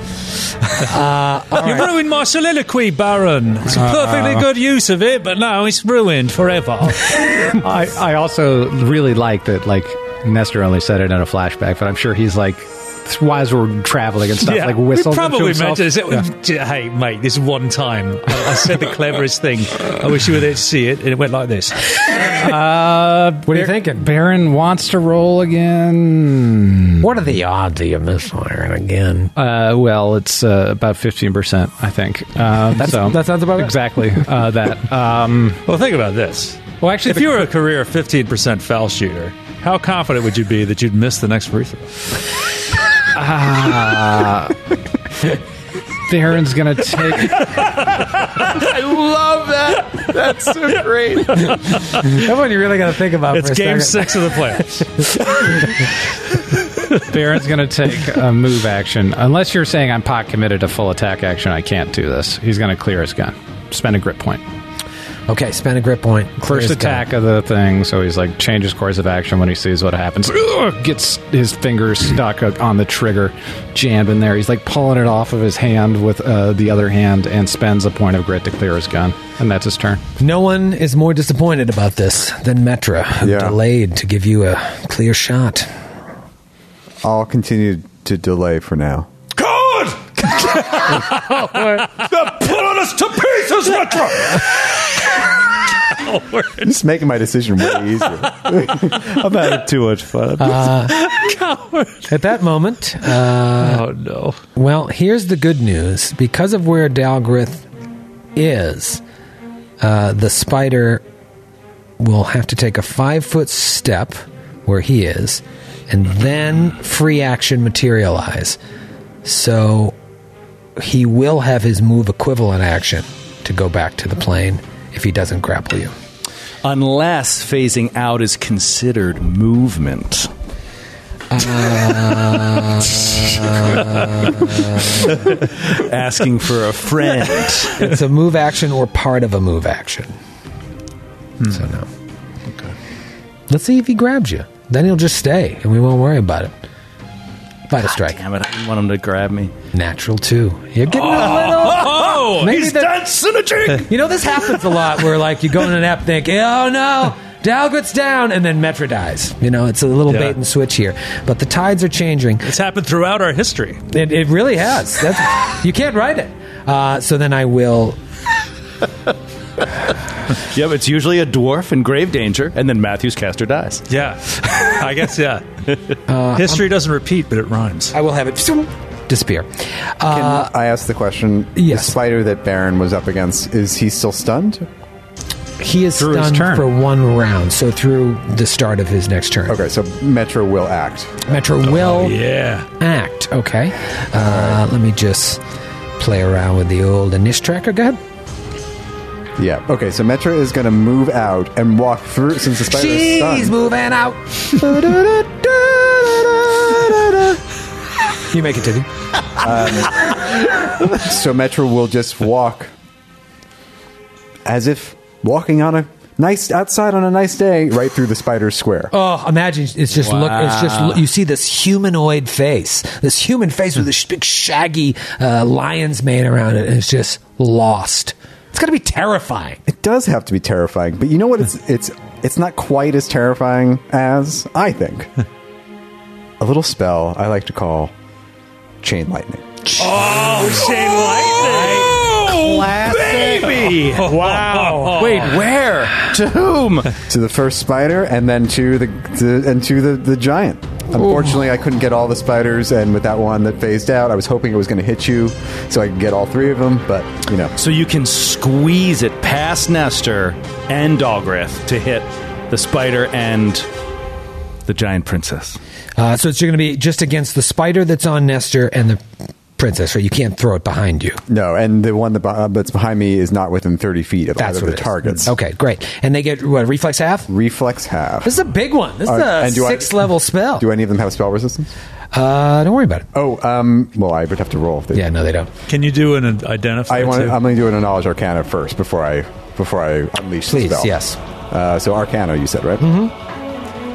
Speaker 8: You ruined my soliloquy, Baron. It's
Speaker 4: Uh,
Speaker 8: a perfectly good use of it, but now it's ruined forever.
Speaker 6: I, I also really like that, like, Nestor only said it in a flashback, but I'm sure he's like, why as we're traveling and stuff, like
Speaker 8: we
Speaker 6: whistled to
Speaker 8: probably
Speaker 6: himself.
Speaker 8: meant to say, "Hey, mate, this one time I, I said the cleverest thing. I wish you were there to see it." And it went like this.
Speaker 2: What are you thinking?
Speaker 7: Baron wants to roll again.
Speaker 2: What are the odds of you misfiring again?
Speaker 7: Uh, well, it's uh, about fifteen percent, I think. Um, that's, so
Speaker 2: that sounds about right.
Speaker 7: exactly uh, that. Um,
Speaker 8: Well, think about this.
Speaker 7: well, actually,
Speaker 8: If you were a career 15% foul shooter, how confident would you be that you'd miss the next free throw?
Speaker 7: Baron's gonna take.
Speaker 2: That's what you really got to think about.
Speaker 8: It's
Speaker 2: for a
Speaker 8: game
Speaker 2: second.
Speaker 8: six of the playoffs.
Speaker 7: Baron's gonna take a move action. Unless you're saying I'm pot committed to full attack action, I can't do this. He's gonna clear his gun, spend a grip point.
Speaker 2: Okay, spend a grip point. Clear
Speaker 7: First
Speaker 2: as day.
Speaker 7: attack of the thing, so he's like changes course of action when he sees what happens. Ugh, gets his fingers stuck on the trigger, jammed in there. He's like pulling it off of his hand with uh, the other hand, and spends a point of grit to clear his gun, and that's his turn.
Speaker 2: No one is more disappointed about this than Metra, who
Speaker 5: Yeah.
Speaker 2: delayed to give you a clear shot.
Speaker 5: I'll continue to delay for now. God! They're pulling us to pieces, Retro. Just making my decision way easier.
Speaker 4: I'm having too much fun.
Speaker 2: At that moment, uh,
Speaker 8: Oh, no.
Speaker 2: well, here's the good news. Because of where Dalgrith is, uh, the spider will have to take a five foot step where he is, and then free action materialize. So he will have his move equivalent action to go back to the plane if he doesn't grapple you.
Speaker 4: Unless phasing out is considered movement. Asking for a friend.
Speaker 2: it's a move action or part of a move action. So no. Hmm. Okay. Let's see if he grabs you. Then he'll just stay, and we won't worry about it. Fight a strike.
Speaker 4: Damn it, I didn't want him to grab me.
Speaker 2: Natural two. You're getting a little.
Speaker 8: Oh!
Speaker 2: Maybe
Speaker 4: He's
Speaker 2: the-
Speaker 4: dancing a jig!
Speaker 2: You know this happens a lot. Where like you go in an app, think, oh no, Dalgut's down, and then Metra dies. You know, it's a little
Speaker 8: Yeah.
Speaker 2: bait and switch here. But the tides are changing.
Speaker 8: It's happened throughout our history.
Speaker 2: It, it really has. That's, you can't write it. Uh, so then I will
Speaker 4: Yep, it's usually a dwarf in grave danger, and then Matthew's caster dies.
Speaker 8: Yeah. I guess, yeah. history doesn't repeat, but it rhymes.
Speaker 2: I will have it disappear.
Speaker 5: Can I asked the question.
Speaker 2: yes.
Speaker 5: The spider that Baron was up against, is he still stunned?
Speaker 2: He is
Speaker 7: Through his
Speaker 2: stunned
Speaker 7: turn.
Speaker 2: for one round, so through the start of his next
Speaker 7: Oh,
Speaker 2: turn.
Speaker 5: Okay, so Metro will act.
Speaker 2: Metro will
Speaker 8: Yeah.
Speaker 2: act. Okay. Uh, let me just play around with the old init tracker. Go ahead.
Speaker 5: Yeah. Okay, so Metro is going to move out and walk through since the spider is
Speaker 2: She's
Speaker 5: stunned.
Speaker 2: moving out. you may continue.
Speaker 5: So Metro will just walk as if walking on a nice outside on a nice day right through the spider's square.
Speaker 2: Oh, imagine it's just look. It's just look, you see this humanoid face, this human face
Speaker 7: Hmm.
Speaker 2: with this big shaggy uh, lion's mane around it, and it's just lost. It's got to be terrifying.
Speaker 5: It does have to be terrifying, but you know what it's it's it's not quite as terrifying as I think. a little spell I like to call chain lightning.
Speaker 4: Baby! Wow! Wait, where? To whom?
Speaker 5: to the first spider and then to the to, and to the, the giant. Unfortunately, I couldn't get all the spiders, and with that one that phased out, I was hoping it was going to hit you, so I could get all three of them. But you know,
Speaker 4: So you can squeeze it past Nestor and Dalgrith to hit the spider and the giant princess.
Speaker 2: Uh, so it's going to be just against the spider that's on Nestor and the princess, right? You can't throw it behind you.
Speaker 5: no, and the one that, beh- that's behind me is not within thirty feet of
Speaker 2: That's
Speaker 5: either
Speaker 2: what
Speaker 5: of
Speaker 2: it
Speaker 5: the
Speaker 2: is.
Speaker 5: targets.
Speaker 2: Okay, great. And they get what reflex half.
Speaker 5: Reflex half.
Speaker 2: This is a big one. This is
Speaker 5: Uh,
Speaker 2: a
Speaker 5: and do I-
Speaker 2: six level spell.
Speaker 5: Do any of them have spell resistance?
Speaker 2: uh, don't worry about it.
Speaker 5: Oh, um, well, I would have to roll. If they,
Speaker 2: Yeah, no, they don't.
Speaker 8: Can you do an identifier?
Speaker 5: I want.
Speaker 8: too?
Speaker 5: I'm going to do it in knowledge arcana first before I before I unleash
Speaker 2: Please,
Speaker 5: the spell.
Speaker 2: yes.
Speaker 5: Uh, so arcana, you said right? Mm-hmm.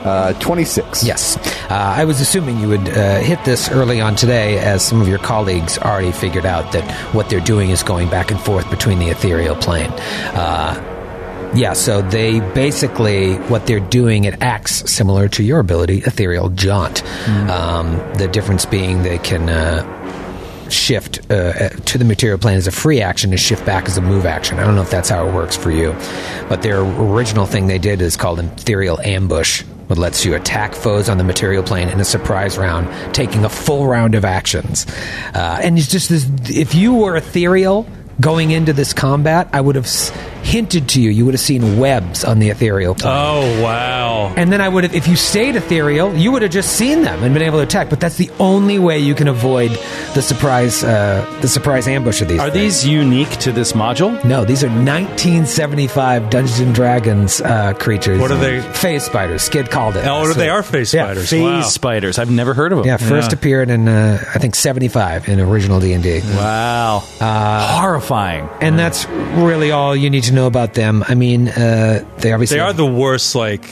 Speaker 5: Uh, 26.
Speaker 2: Yes. Uh, I was assuming you would uh, hit this early on today, as some of your colleagues already figured out that what they're doing is going back and forth between the ethereal plane. Uh, yeah, so they basically, what they're doing, it acts similar to your ability, Ethereal Jaunt. Um, the difference being they can. Uh, shift uh, uh, to the material plane as a free action to shift back as a move action. I don't know if that's how it works for you, but their original thing they did is called ethereal ambush, which lets you attack foes on the material plane in a surprise round, taking a full round of actions. Uh, and it's just this: if you were ethereal going into this combat, I would have s- hinted to you. You would have seen webs on the ethereal plane.
Speaker 8: Oh wow!
Speaker 2: And then I would have, if you stayed ethereal, you would have just seen them and been able to attack. But that's the only way you can avoid the surprise, uh, the surprise ambush of these.
Speaker 4: Are
Speaker 2: things.
Speaker 4: these unique to this module?
Speaker 2: No, these are 1975 Dungeons and Dragons uh, creatures.
Speaker 8: What are they?
Speaker 2: Phase spiders. Skid called it.
Speaker 8: Oh,
Speaker 2: So-
Speaker 8: they are face
Speaker 2: Yeah,
Speaker 8: spiders.
Speaker 4: Phase
Speaker 8: Wow.
Speaker 4: spiders. I've never heard of them.
Speaker 2: Yeah, first
Speaker 8: Yeah.
Speaker 2: appeared in uh, I think 75 in original D and D.
Speaker 4: Wow. Uh, Horrifying.
Speaker 2: And that's really all you need to know about them. I mean, uh, they obviously
Speaker 8: They are the worst, like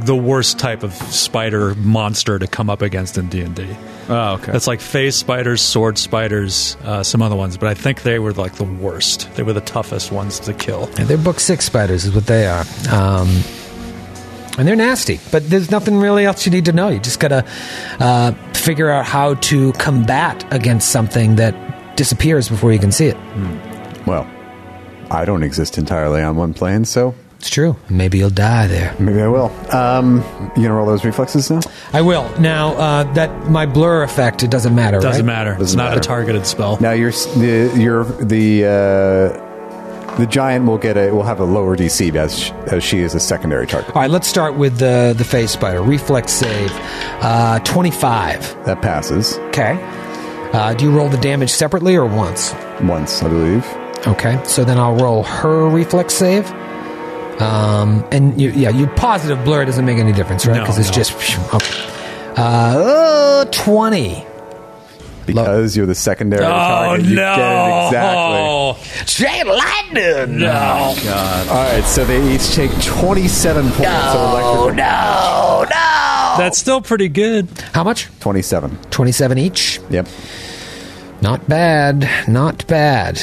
Speaker 8: the worst type of spider monster to come up against in D anD D.
Speaker 4: Oh, okay.
Speaker 8: That's like face spiders, sword spiders, uh, some other ones, but I think they were like the worst. They were the toughest ones to kill.
Speaker 2: Yeah, They're book six spiders, is what they are. Um, and they're nasty, but there's nothing really else you need to know. You just gotta uh, figure out how to combat against something that disappears before you can see it.
Speaker 5: Well, I don't exist entirely on one plane, so
Speaker 2: It's true. Maybe you'll die there.
Speaker 5: maybe I will. Um, you gonna roll those reflexes now?
Speaker 2: I will. Now uh, that my blur effect, it doesn't matter.
Speaker 8: Doesn't
Speaker 2: right?
Speaker 8: matter. it's
Speaker 5: Doesn't
Speaker 8: not
Speaker 5: matter.
Speaker 8: a targeted spell.
Speaker 5: Now you're s- the you're the uh, the giant will get a will have a lower DC as sh- as she is a secondary target.
Speaker 2: All right, let's start with the the face spider reflex save, uh, twenty five.
Speaker 5: That passes
Speaker 2: Okay. Uh, do you roll the damage separately or once?
Speaker 5: once, I believe.
Speaker 2: Okay, so then I'll roll her reflex save. Um, and you, yeah, your positive blur doesn't make any difference, right?
Speaker 8: No,
Speaker 2: Because it's
Speaker 8: no.
Speaker 2: just phew, okay. Uh, oh, twenty.
Speaker 5: Because you're the secondary
Speaker 8: Oh
Speaker 5: target, you get it exactly.
Speaker 8: no!
Speaker 2: Straight lightning. No,
Speaker 5: All right, so they each take 27 points of electrical.
Speaker 2: no, no.
Speaker 8: That's still pretty good.
Speaker 2: How much?
Speaker 5: 27.
Speaker 2: Twenty-seven each.
Speaker 5: Yep.
Speaker 2: Not bad. Not bad.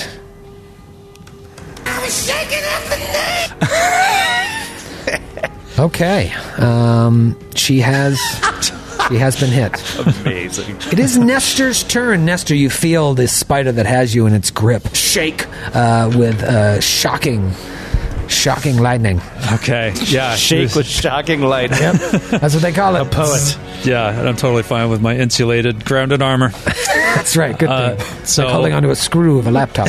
Speaker 2: Okay. Um, she has. She has been hit.
Speaker 4: Amazing.
Speaker 2: It is Nestor's turn. Nestor, you feel this spider that has you in its grip shake uh, with uh, shocking, shocking lightning.
Speaker 8: Okay. Yeah. she
Speaker 4: Shake
Speaker 8: was-
Speaker 4: with shocking light.
Speaker 2: That's what they call it. A
Speaker 4: Poet.
Speaker 8: Yeah, and I'm totally fine with my insulated grounded armor.
Speaker 2: That's right. Good
Speaker 8: Uh,
Speaker 2: thing.
Speaker 8: so-
Speaker 2: like holding onto a screw of a laptop.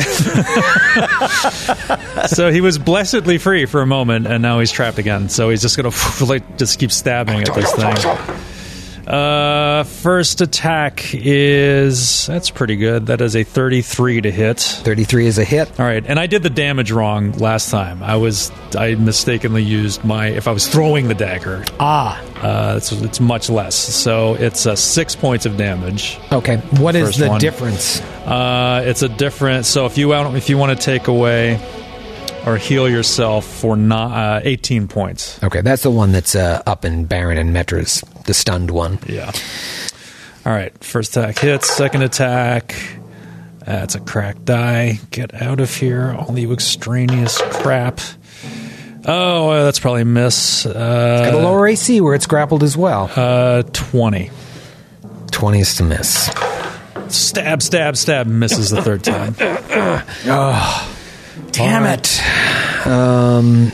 Speaker 8: so he was blessedly free for a moment, and now he's trapped again. So he's just gonna like just keep stabbing at this thing. Uh, first attack is that's pretty good. That is a 33 to hit.
Speaker 2: Thirty-three is a hit.
Speaker 8: All right, and I did the damage wrong last time. I was I mistakenly used my if I was throwing the dagger.
Speaker 2: Ah.
Speaker 8: Uh, it's, it's much less. So it's uh, six points of damage.
Speaker 2: Okay. What is
Speaker 8: First
Speaker 2: the
Speaker 8: one.
Speaker 2: difference?
Speaker 8: Uh, it's a different. So if you want, if you want to take away or heal yourself for not uh, 18 points.
Speaker 2: Okay, that's the one that's uh, up in Baron and Metra's, the stunned one.
Speaker 8: Yeah. All right. First attack hits. Second attack. That's a crack die. Get out of here. All you extraneous crap. Oh, uh, that's probably a miss.
Speaker 2: Got a
Speaker 8: Uh,
Speaker 2: lower AC where it's grappled as well.
Speaker 8: uh, 20.
Speaker 2: Twenty is to miss.
Speaker 8: Stab, stab, stab. Misses the third time.
Speaker 2: Ah. Damn it. Um,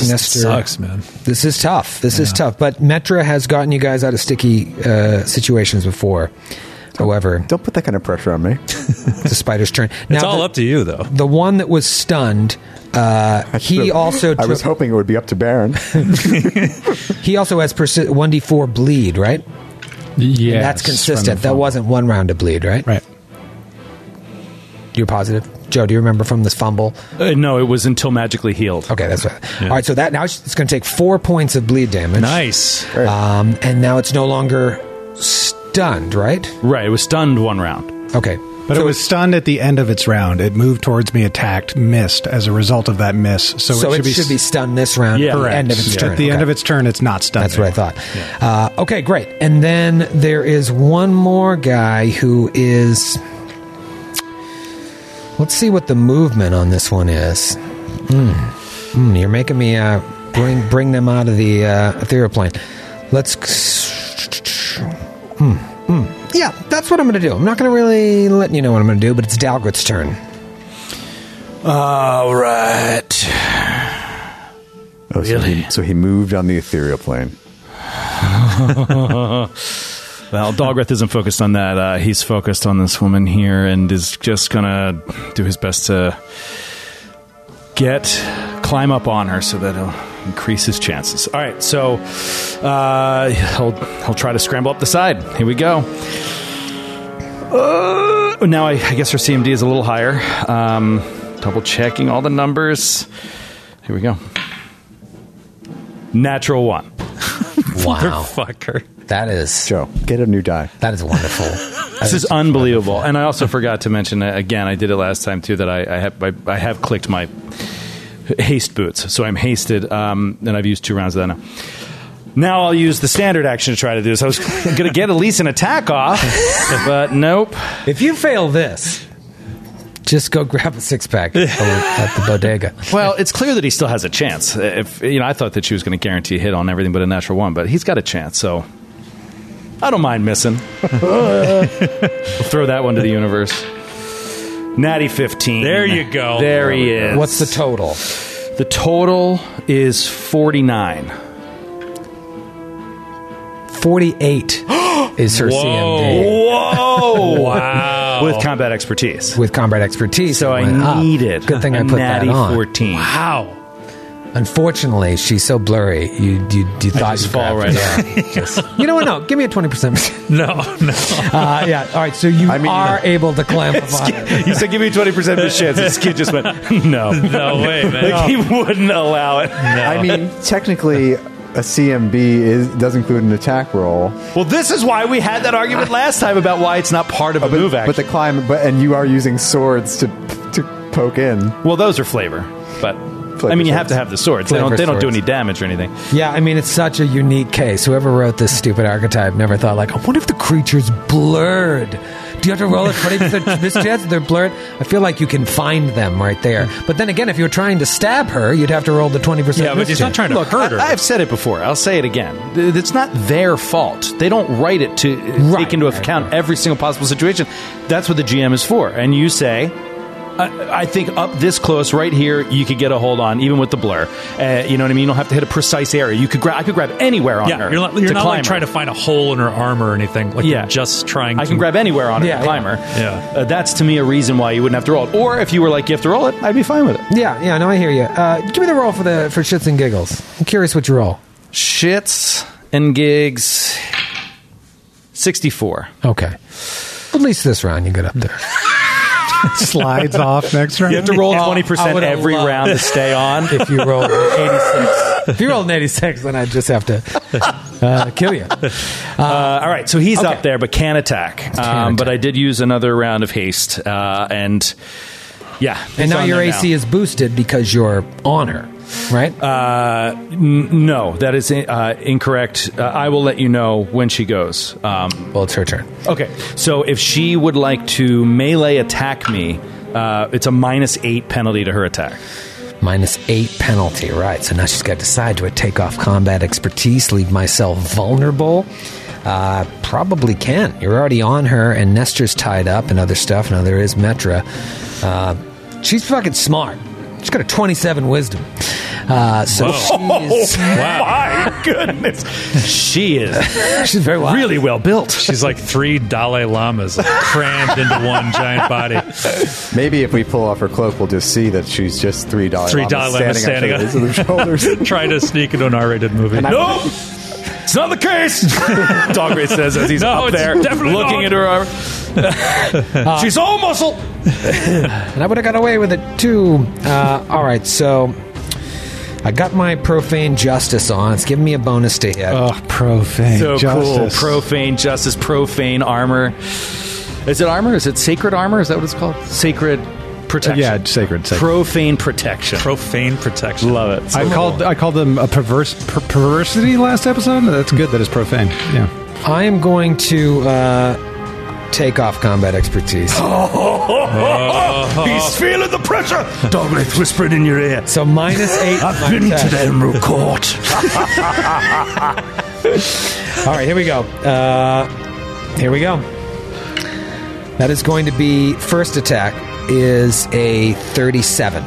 Speaker 2: Nestor,
Speaker 8: Sucks, man.
Speaker 2: This is tough. This is tough. But Metra has gotten you guys out of sticky uh, situations before. However,
Speaker 5: Don't put that kind of pressure on me.
Speaker 2: it's a spider's turn. Now,
Speaker 8: It's all
Speaker 2: the,
Speaker 8: up to you, though.
Speaker 2: the one that was stunned. Uh, he also
Speaker 5: I was
Speaker 2: took-
Speaker 5: hoping it would be up to Baron.
Speaker 2: he also has persi- 1d4 bleed, right?
Speaker 7: Yeah,
Speaker 2: That's consistent. That wasn't one round of bleed, right?
Speaker 7: right.
Speaker 2: You're positive. Joe, do you remember from this fumble?
Speaker 4: Uh, no, it was until magically healed.
Speaker 2: Okay, that's right. All right, so that now it's going to take four points of bleed damage.
Speaker 8: Nice.
Speaker 2: Um, and now it's no longer stunned, right?
Speaker 4: Right, it was stunned one round.
Speaker 2: Okay.
Speaker 6: But it was stunned at the end of its round. It moved towards me, attacked, missed as a result of that miss. So,
Speaker 2: So,
Speaker 6: it should
Speaker 2: it
Speaker 6: be,
Speaker 2: should be stunned this round at the
Speaker 6: correct.
Speaker 2: end of its
Speaker 6: At
Speaker 2: turn.
Speaker 6: the end
Speaker 2: Okay.
Speaker 6: of its turn, it's not stunned.
Speaker 2: That's what I thought. Uh, okay, great. And then there is one more guy who is. Let's see what the movement on this one is. Mm. Mm, you're making me uh, bring bring them out of the uh, ethereal plane. Let's. Mm, mm. Yeah, that's what I'm going to do. I'm not going to really let you know what I'm going to do, but it's Dalgrit's turn.
Speaker 7: All right.
Speaker 5: Oh, so,
Speaker 7: Really?
Speaker 5: he, so he moved on the ethereal plane.
Speaker 4: Well, Dalgrith isn't focused on that. Uh, he's focused on this woman here and is just gonna do his best to get climb up on her so that he'll increase his chances. All right, so uh, he'll he'll try to scramble up the side. Here we go. Uh, now I, I guess her CMD is a little higher. Um, double checking all the numbers. Here we go. Natural one.
Speaker 2: Wow,
Speaker 8: Fucker.
Speaker 2: that is
Speaker 5: Joe, get a new die.
Speaker 2: that is wonderful.
Speaker 4: This is unbelievable. And I also forgot to mention uh, again. I did it last time too. That I, I have I, I have clicked my haste boots, so I'm hasted, um, and I've used two rounds of that now. Now I'll use the standard action to try to do this. I was going to get at least an attack off, but nope.
Speaker 2: If you fail this, just go grab a six pack at the bodega.
Speaker 4: Well, it's clear that he still has a chance. If you know, I thought that she was going to guarantee a hit on everything but a natural one, but he's got a chance. So I don't mind missing. we'll throw that one to the universe. Natty fifteen.
Speaker 8: There you go.
Speaker 4: There he is.
Speaker 2: What's the total?
Speaker 4: The total is 49.
Speaker 2: 48 is her CMD
Speaker 4: Whoa!
Speaker 8: Wow.
Speaker 4: With combat expertise.
Speaker 2: with combat expertise.
Speaker 4: So
Speaker 2: it
Speaker 4: I
Speaker 2: went up.
Speaker 4: needed
Speaker 2: Good thing
Speaker 4: I
Speaker 2: I put
Speaker 4: natty
Speaker 2: that on.
Speaker 4: 14.
Speaker 8: Wow.
Speaker 2: Unfortunately, she's so blurry. You you, you thought
Speaker 4: just
Speaker 2: you
Speaker 4: fall
Speaker 2: grabbed
Speaker 4: right
Speaker 2: it. Yeah, just- you know what? No, give me a twenty percent.
Speaker 8: No, no.
Speaker 2: Uh, yeah. All right. So you
Speaker 5: mean,
Speaker 2: are able to clamp up on it.
Speaker 4: You said, give me 20% of the chance. This kid just went, no.
Speaker 8: No way, man.
Speaker 4: Like, he wouldn't allow it.
Speaker 5: I mean, technically, a CMB is, does include an attack roll,
Speaker 4: Well, this is why we had that argument last time about why it's not part of a
Speaker 5: but,
Speaker 4: move action.
Speaker 5: but the climb, but and you are using swords to to poke in.
Speaker 4: well, those are flavor. But, I mean, you have
Speaker 5: swords.
Speaker 4: to have the swords. They don't,
Speaker 2: Flavor
Speaker 4: they don't do
Speaker 2: swords.
Speaker 4: any damage or anything.
Speaker 2: Yeah, I mean, it's such a unique case. Whoever wrote this stupid archetype never thought, like, I wonder if the creature's blurred. Do you have to roll it 20% this chance that they're blurred? I feel like you can find them right there. But then again, if you were trying to stab her, you'd have to roll the 20%
Speaker 8: Yeah, but
Speaker 2: miss
Speaker 8: he's not
Speaker 2: chance.
Speaker 8: trying to
Speaker 4: Look,
Speaker 8: hurt her.
Speaker 4: I, have said it before. I'll say it again. Th- It's not their fault. They don't write it to uh
Speaker 2: Right,
Speaker 4: take into
Speaker 2: right,
Speaker 4: account every single possible situation. That's what the GM is for. And you say, I, I think up this close, right here, you could get a hold on, even with the blur. Uh, you know what I mean? You don't have to hit a precise area. You could grab. I could grab anywhere on
Speaker 8: yeah,
Speaker 4: her.
Speaker 8: you're not, you're
Speaker 4: to
Speaker 8: not
Speaker 4: climb
Speaker 8: like trying
Speaker 4: her.
Speaker 8: to find a hole in her armor or anything. Like
Speaker 4: Yeah.
Speaker 8: you're just trying
Speaker 4: I
Speaker 8: to
Speaker 4: can grab anywhere on her
Speaker 2: Yeah,
Speaker 4: yeah,
Speaker 2: yeah.
Speaker 4: climber.
Speaker 8: Yeah.
Speaker 4: Uh, that's to me a reason why you wouldn't have to roll it. Or if you were like, you have to roll it, I'd be fine with it.
Speaker 2: Yeah, yeah, no, I hear you. Uh, give me the roll for the for shits and giggles. I'm curious what you roll.
Speaker 4: Shits and gigs. 64.
Speaker 2: Okay. At least this round you get up there.
Speaker 6: Slides off next round.
Speaker 4: You have to roll
Speaker 2: Oh,
Speaker 4: twenty
Speaker 2: I
Speaker 4: percent
Speaker 2: would've
Speaker 4: every
Speaker 2: loved-
Speaker 4: round to stay on.
Speaker 2: If you roll an 86. If you roll an 86, then I just have to uh, kill you.
Speaker 4: Uh, all right, so he's
Speaker 2: Okay.
Speaker 4: up there, but can attack.
Speaker 2: attack.
Speaker 4: Um, but I did use another round of haste, uh, and yeah,
Speaker 2: And now your AC is boosted because you're on her, right?
Speaker 4: Uh, n- no, that is uh, incorrect. Uh, I will let you know when she goes. Um,
Speaker 2: well, it's her turn.
Speaker 4: okay, so if she would like to melee attack me, uh, it's a minus eight penalty to her attack.
Speaker 2: Minus eight penalty, right? So now she's got to decide do I take off combat expertise, leave myself vulnerable? Uh, probably can. You're already on her, and Nestor's tied up and other stuff. Now there is Metra. Uh, she's fucking smart. She's got a 27 wisdom. Uh,
Speaker 4: Oh,
Speaker 2: so she's,
Speaker 4: My goodness, she is
Speaker 2: she's very wise.
Speaker 4: really well built.
Speaker 8: She's like three Dalai Lamas crammed into one giant body.
Speaker 5: Maybe if we pull off her cloak, we'll just see that she's just three dollars.
Speaker 8: Three Dalai Lamas standing
Speaker 5: on
Speaker 8: up.
Speaker 5: each other's shoulders.
Speaker 8: Trying to sneak into an R-rated movie.
Speaker 5: And I-
Speaker 8: no,
Speaker 4: Oh! It's not the case. Dogray says as he's
Speaker 8: No,
Speaker 4: up
Speaker 8: it's
Speaker 4: there,
Speaker 8: definitely
Speaker 4: looking
Speaker 8: not.
Speaker 4: into her. arm. She's all muscle.
Speaker 2: And I would have got away with it too. Uh, all right, so I got my profane justice on. It's giving me a bonus to hit.
Speaker 6: Oh, profane
Speaker 4: So
Speaker 6: justice.
Speaker 4: cool. Profane justice. Profane armor. Is it armor? Is it sacred armor? Is that what it's called? Sacred protection.
Speaker 6: Yeah, sacred, sacred.
Speaker 4: Profane protection.
Speaker 8: Profane protection.
Speaker 4: Love it.
Speaker 6: I called I called them a perverse per- perversity last episode. That's good. That is profane. Yeah.
Speaker 2: I am going to uh, take off combat expertise.
Speaker 9: He's feeling the pressure. Doggleith whispering in your ear.
Speaker 2: So minus eight. to my
Speaker 9: I've been
Speaker 2: attack.
Speaker 9: to the Emerald Court.
Speaker 2: All right, here we go. Uh, here we go. That is going to be first attack is a 37.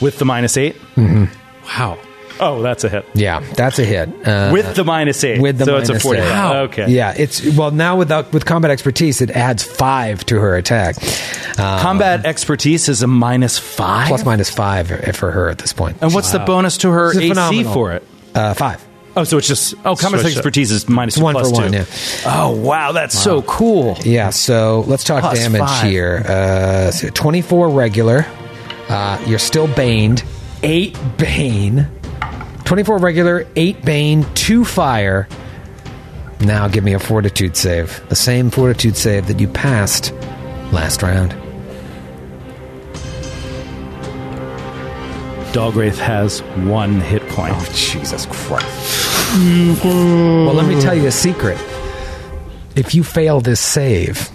Speaker 4: With the minus eight?
Speaker 8: Wow.
Speaker 4: Oh, that's a hit.
Speaker 2: Yeah, that's a hit. Uh,
Speaker 4: With the minus eight.
Speaker 2: with the
Speaker 4: so it's
Speaker 2: minus
Speaker 4: a 40.
Speaker 2: eight.
Speaker 4: Okay.
Speaker 2: Yeah, it's well now without with combat expertise it adds 5 to her attack. Uh,
Speaker 4: Combat expertise is a minus five.
Speaker 2: plus minus 5 for her at this point.
Speaker 4: and what's the bonus to her
Speaker 2: This is
Speaker 4: AC
Speaker 2: phenomenal.
Speaker 4: for it?
Speaker 2: Uh, 5.
Speaker 4: Oh, so it's just oh, combat
Speaker 8: Switch it.
Speaker 4: expertise is minus
Speaker 2: It's one
Speaker 4: plus
Speaker 2: for one,
Speaker 4: two.
Speaker 2: yeah.
Speaker 4: Oh wow, that's so cool.
Speaker 2: Yeah, so let's talk
Speaker 4: Plus
Speaker 2: damage
Speaker 4: five.
Speaker 2: here. Uh, so 24 regular. Uh, you're still baned. 8 bane. 24 regular, 8 bane, 2 fire. Now give me a fortitude save. The same fortitude save that you passed last round.
Speaker 4: Dogwraith has one hit point.
Speaker 5: Jesus Christ.
Speaker 2: Well, let me tell
Speaker 4: Mm.
Speaker 2: you a secret. If you fail this save,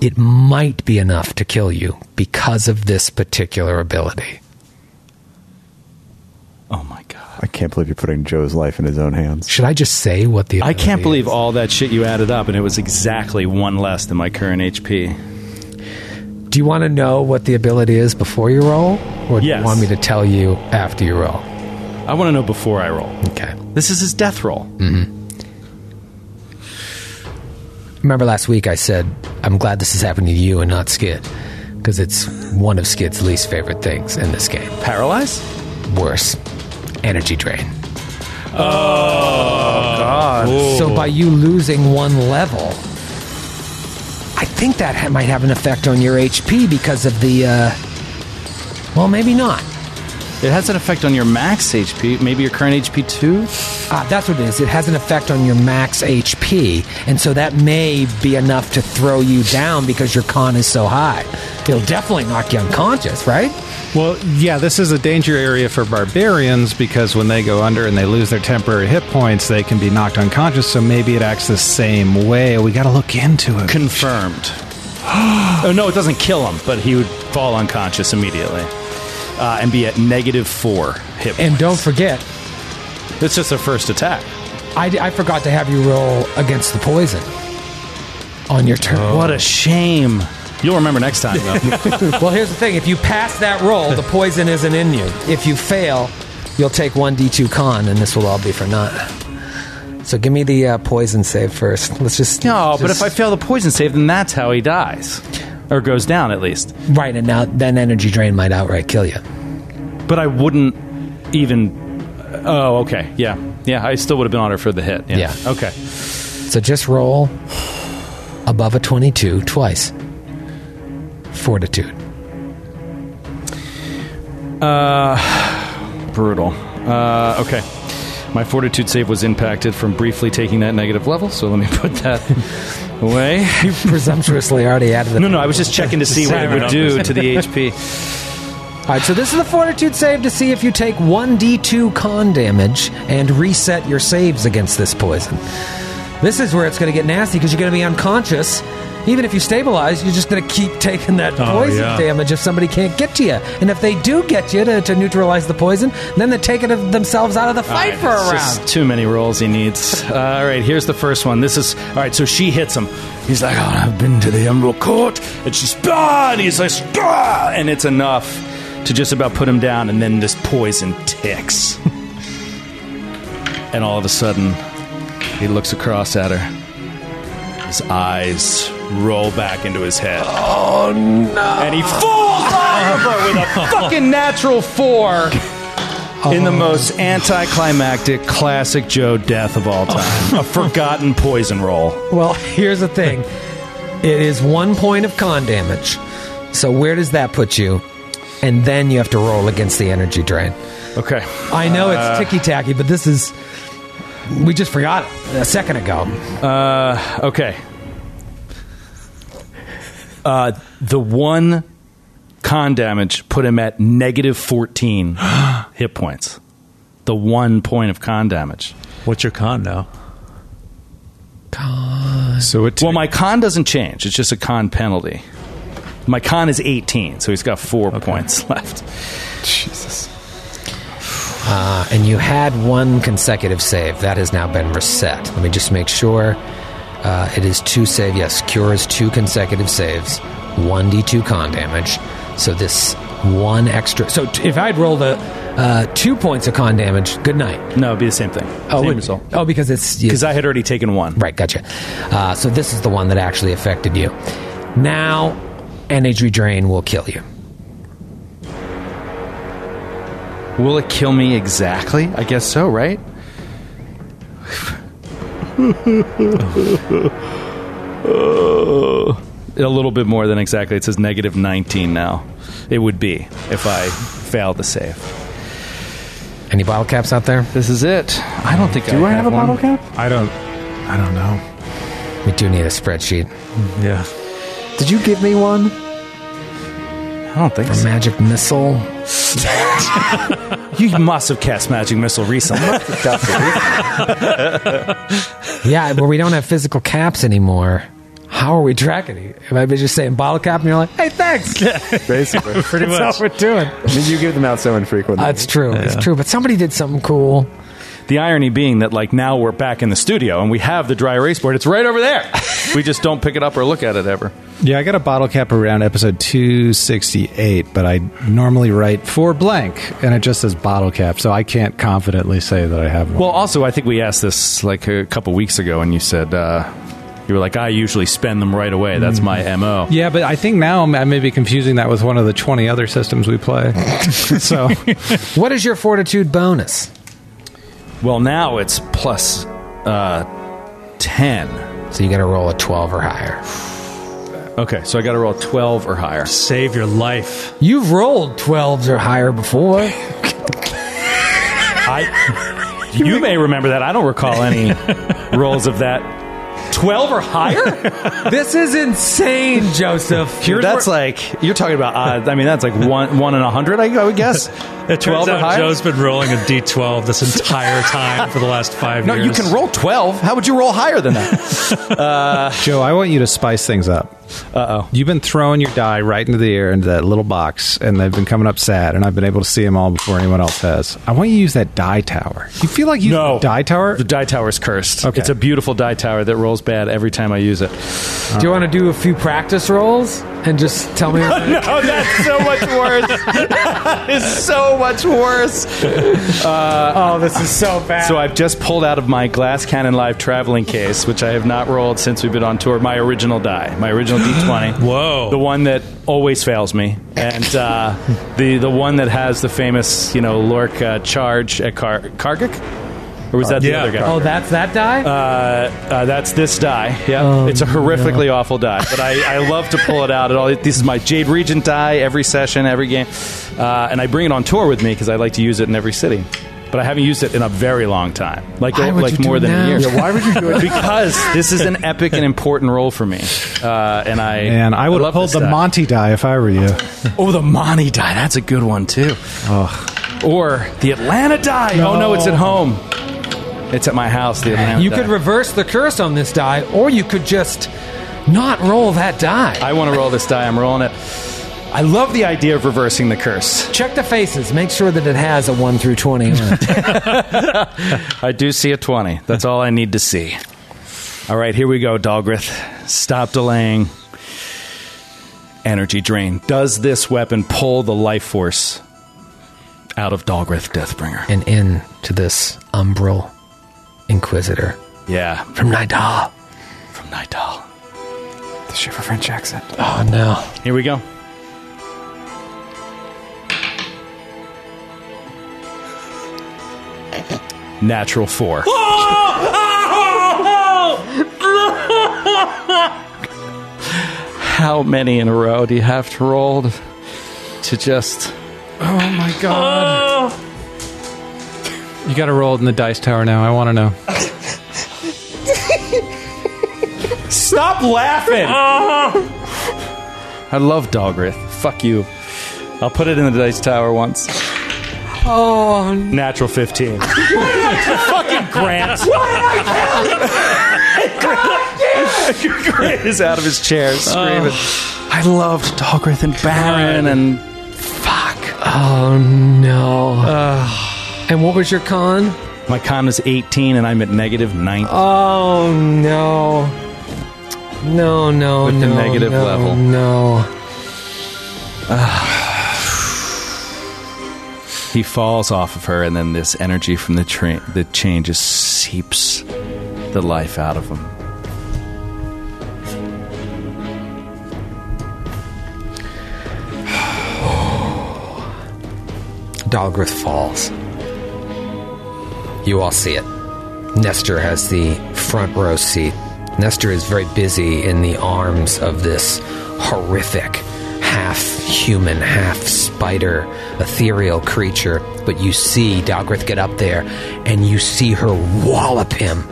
Speaker 2: it might be enough to kill you because of this particular ability.
Speaker 4: Oh my god.
Speaker 5: I can't believe you're putting Joe's life in his own hands.
Speaker 2: Should I just say what the
Speaker 4: I can't
Speaker 2: ability
Speaker 4: believe
Speaker 2: is?
Speaker 4: all that shit you added up and it was exactly one less than my current HP.
Speaker 2: Do you want to know what the ability is before you roll? Or do
Speaker 4: Yes.
Speaker 2: you want me to tell you after you roll?
Speaker 4: I want to know before I roll.
Speaker 2: Okay.
Speaker 4: This is his death roll.
Speaker 2: Remember last week I said, I'm glad this is happening to you and not Skid, because it's one of Skid's least favorite things in this game.
Speaker 4: Paralyze?
Speaker 2: Worse, energy drain. Oh, God. So by you losing one level, I think that ha- might have an effect on your HP because of the. Uh, well, maybe not.
Speaker 4: It has an effect on your max HP, maybe your current HP too?
Speaker 2: Ah, that's what it is. It has an effect on your max HP, and so that may be enough to throw you down because your con is so high. It'll definitely knock you unconscious, right?
Speaker 6: Well, yeah. This is a danger area for barbarians because when they go under and they lose their temporary hit points, they can be knocked unconscious. So maybe it acts the same way. We got to look into it.
Speaker 4: Confirmed. oh no, it doesn't kill him, but he would fall unconscious immediately. Uh, and be at negative four hit
Speaker 2: And
Speaker 4: points.
Speaker 2: don't forget,
Speaker 4: It's just a first attack.
Speaker 2: I, I forgot to have you roll against the poison on your turn.
Speaker 4: What a shame. You'll remember next time, though.
Speaker 2: Well, here's the thing: if you pass that roll, the poison isn't in you. If you fail, you'll take one d2 con, and this will all be for naught. So give me the uh, poison save first. Let's just
Speaker 4: no, but if
Speaker 2: just-
Speaker 4: I fail the poison save, then that's how he dies. Or goes down, at least.
Speaker 2: right, and now then energy drain might outright kill you.
Speaker 4: But I wouldn't even. Oh, okay. Yeah. Yeah, I still would have been on her for the hit. Yeah.
Speaker 2: Yeah.
Speaker 4: Okay.
Speaker 2: So just roll above a 22 twice. Fortitude.
Speaker 4: Brutal. Uh, okay. My fortitude save was impacted from briefly taking that negative level, so let me put that away.
Speaker 2: You presumptuously already added it.
Speaker 4: No, no, I was just checking to see what it would do to the HP.
Speaker 2: All right, so this is the fortitude save to see if you take 1d2 con damage and reset your saves against this poison. This is where it's going to get nasty because you're going to be unconscious. Even if you stabilize, you're just going to keep taking that poison
Speaker 8: yeah.
Speaker 2: damage if somebody can't get to you. And if they do get you to, to neutralize the poison, then they're taking of themselves out of the fight for a
Speaker 4: It's
Speaker 2: round.
Speaker 4: just too many rolls he needs. Uh, all right, here's the first one. This is all right. So she hits him. He's like, "Oh, I've been to the Emerald Court," and she's ah, and he's like, ah, and it's enough to just about put him down. And then this poison ticks, and all of a sudden, he looks across at her. His eyes roll back into his head. Oh no! And he falls over with a fucking natural four in the most anticlimactic classic Joe death of all time. a forgotten poison roll.
Speaker 2: Well, here's the thing. It is one point of con damage. So where does that put you? And then you have to roll against the energy drain.
Speaker 4: Okay.
Speaker 2: I know it's ticky tacky, but this is we just forgot it a second ago.
Speaker 4: Okay. Uh, the one con damage put him at negative 14 hit points. The one point of con damage.
Speaker 8: What's your con now?
Speaker 6: So it.
Speaker 4: Well, my con doesn't change. It's just a con penalty. My con is 18, so he's got four points left.
Speaker 2: Uh, and you had one consecutive save. That has now been reset. Let me just make sure. Uh, it is two save. Yes, cure is two consecutive saves, 1d2 con damage. So this one extra. So t- if I'd rolled a uh, two points of con damage, good night.
Speaker 4: No, it'd be the same thing.
Speaker 2: Oh,
Speaker 4: same
Speaker 2: would-
Speaker 4: result.
Speaker 2: oh because it's.
Speaker 4: Because I had already taken one.
Speaker 2: Right, gotcha. Uh, so this is the one that actually affected you. Now, NHV Drain will kill you.
Speaker 4: Will it kill me exactly? I guess so, right? a little bit more than exactly. It says negative 19 now. It would be if I fail the save.
Speaker 2: Any bottle caps out there?
Speaker 4: This is it. I don't think I
Speaker 5: Do I have a
Speaker 4: one.
Speaker 5: bottle cap?
Speaker 6: I don't. I don't know.
Speaker 2: We do need a spreadsheet.
Speaker 8: Yeah.
Speaker 5: Did you give me one?
Speaker 4: I don't think
Speaker 2: A
Speaker 4: so.
Speaker 2: magic missile.
Speaker 4: You must have cast Magic Missile recently.
Speaker 2: Yeah, where we don't have physical caps anymore. How are we tracking it? If I was just saying bottle cap, and you're like, hey, thanks.
Speaker 5: Basically.
Speaker 8: Pretty much.
Speaker 2: That's what we're doing.
Speaker 5: I mean, you give them out so infrequently.
Speaker 2: That's true. It's true. But somebody did something cool.
Speaker 4: the irony being that, like, now we're back in the studio and we have the dry erase board. It's right over there. we just don't pick it up or look at it ever.
Speaker 6: Yeah, I got a bottle cap around episode 268, but I normally write for blank, and it just says bottle cap, so I can't confidently say that I have one.
Speaker 4: Well, also, I think we asked this like a couple weeks ago, and you said uh, you were like, "I usually spend them right away. That's my mo."
Speaker 6: yeah, but I think now I may be confusing that with one of the 20 other systems we play. so,
Speaker 2: What is your fortitude bonus?
Speaker 4: Well, now it's plus uh, ten.
Speaker 2: So you got to roll a 12 or higher.
Speaker 4: Okay, so I got to roll twelve or higher.
Speaker 8: Save your life.
Speaker 2: You've rolled 12s or higher before.
Speaker 4: I, you may remember that. I don't recall any rolls of that. Twelve or higher?
Speaker 2: this is insane, Joseph.
Speaker 4: that's like you're talking about odds. I mean, that's like one one in a hundred. I, I would guess.
Speaker 8: It turns
Speaker 4: Twelve or
Speaker 8: out
Speaker 4: higher?
Speaker 8: Joe's been rolling a d12 this entire time for the last five
Speaker 4: No,
Speaker 8: years.
Speaker 4: you can roll twelve. How would you roll higher than that?
Speaker 6: Joe, I want you to spice things up. Uh oh. You've been throwing your die right into the air into that little box, and they've been coming up sad, and I've been able to see them all before anyone else has. I want you to use that die tower. You feel like using the die tower?
Speaker 4: The die tower is cursed.
Speaker 6: Okay.
Speaker 4: It's a beautiful die tower that rolls bad every time I use it.
Speaker 2: Do you want to do a few practice rolls and just tell me?
Speaker 4: Oh, that's so much worse. that is so much worse.
Speaker 2: oh, this is so bad.
Speaker 4: So I've just pulled out of my Glass Cannon Live traveling case, which I have not rolled since we've been on tour, my original die, my original D20.
Speaker 8: Whoa.
Speaker 4: The one that always fails me. And uh, the, the one that has the famous, you know, Lork uh, charge at Kar- Kargik? Or was that the
Speaker 8: Yeah.
Speaker 4: other guy?
Speaker 2: oh, that's that die?
Speaker 4: uh, that's this die. Yeah,
Speaker 2: Oh,
Speaker 4: it's a horrifically awful die, but I, I love to pull it out at all. This is my Jade Regent die every session, every game, uh, and I bring it on tour with me because I like to use it in every city. But I haven't used it in a very long time, like
Speaker 2: Why would you
Speaker 4: like
Speaker 2: do
Speaker 4: more than
Speaker 2: now?
Speaker 4: a year.
Speaker 2: Yeah,
Speaker 5: why would you do it?
Speaker 4: because this is an epic and important role for me, uh, and I
Speaker 6: and I would
Speaker 4: love
Speaker 6: have pulled
Speaker 4: this
Speaker 6: the
Speaker 4: die.
Speaker 6: Monty die if I were you.
Speaker 4: oh the Monty die. That's a good one too. Or the Atlanta die. Oh no, it's at home. It's at my house. The Atlanta.
Speaker 2: you could
Speaker 4: die.
Speaker 2: reverse the curse on this die, or you could just not roll that die.
Speaker 4: I want to roll this die. I'm rolling it. I love the idea of reversing the curse.
Speaker 2: Check the faces. Make sure that it has a 1 through 20. on it.
Speaker 4: I do see a 20. That's all I need to see. All right, here we go, Dalgrith. Stop delaying. Energy drain. Does this weapon pull the life force out of Dalgrith Deathbringer?
Speaker 2: and in to this umbral inquisitor
Speaker 4: Yeah,
Speaker 2: from Nidal.
Speaker 4: from Nidal.
Speaker 5: The Shiver French accent.
Speaker 2: Oh, no.
Speaker 4: Here we go. Natural four. How many in a row do you have to roll to, to just?
Speaker 6: Oh, You got to roll it in the dice tower now. I want to know.
Speaker 4: Stop laughing!
Speaker 10: I love Dogrith. Fuck you. I'll put it in the dice tower once.
Speaker 2: Oh,
Speaker 4: Natural 15.
Speaker 8: Fucking Grant.
Speaker 10: Grant is out of his chair screaming. I loved Dogrith and Baron and
Speaker 2: oh no. and what was your con?
Speaker 10: my con is 18 and I'm at negative 9.
Speaker 2: Oh no. No, no,
Speaker 10: With the
Speaker 2: no.
Speaker 10: negative
Speaker 2: no,
Speaker 10: level.
Speaker 2: No.
Speaker 10: He falls off of her and then this energy from the train the chain just seeps the life out of him.
Speaker 2: Dalgrith falls. You all see it. Nestor has the front row seat. Nestor is very busy in the arms of this horrific, half human, half spider, ethereal creature. But you see Dalgrith get up there, and you see her wallop him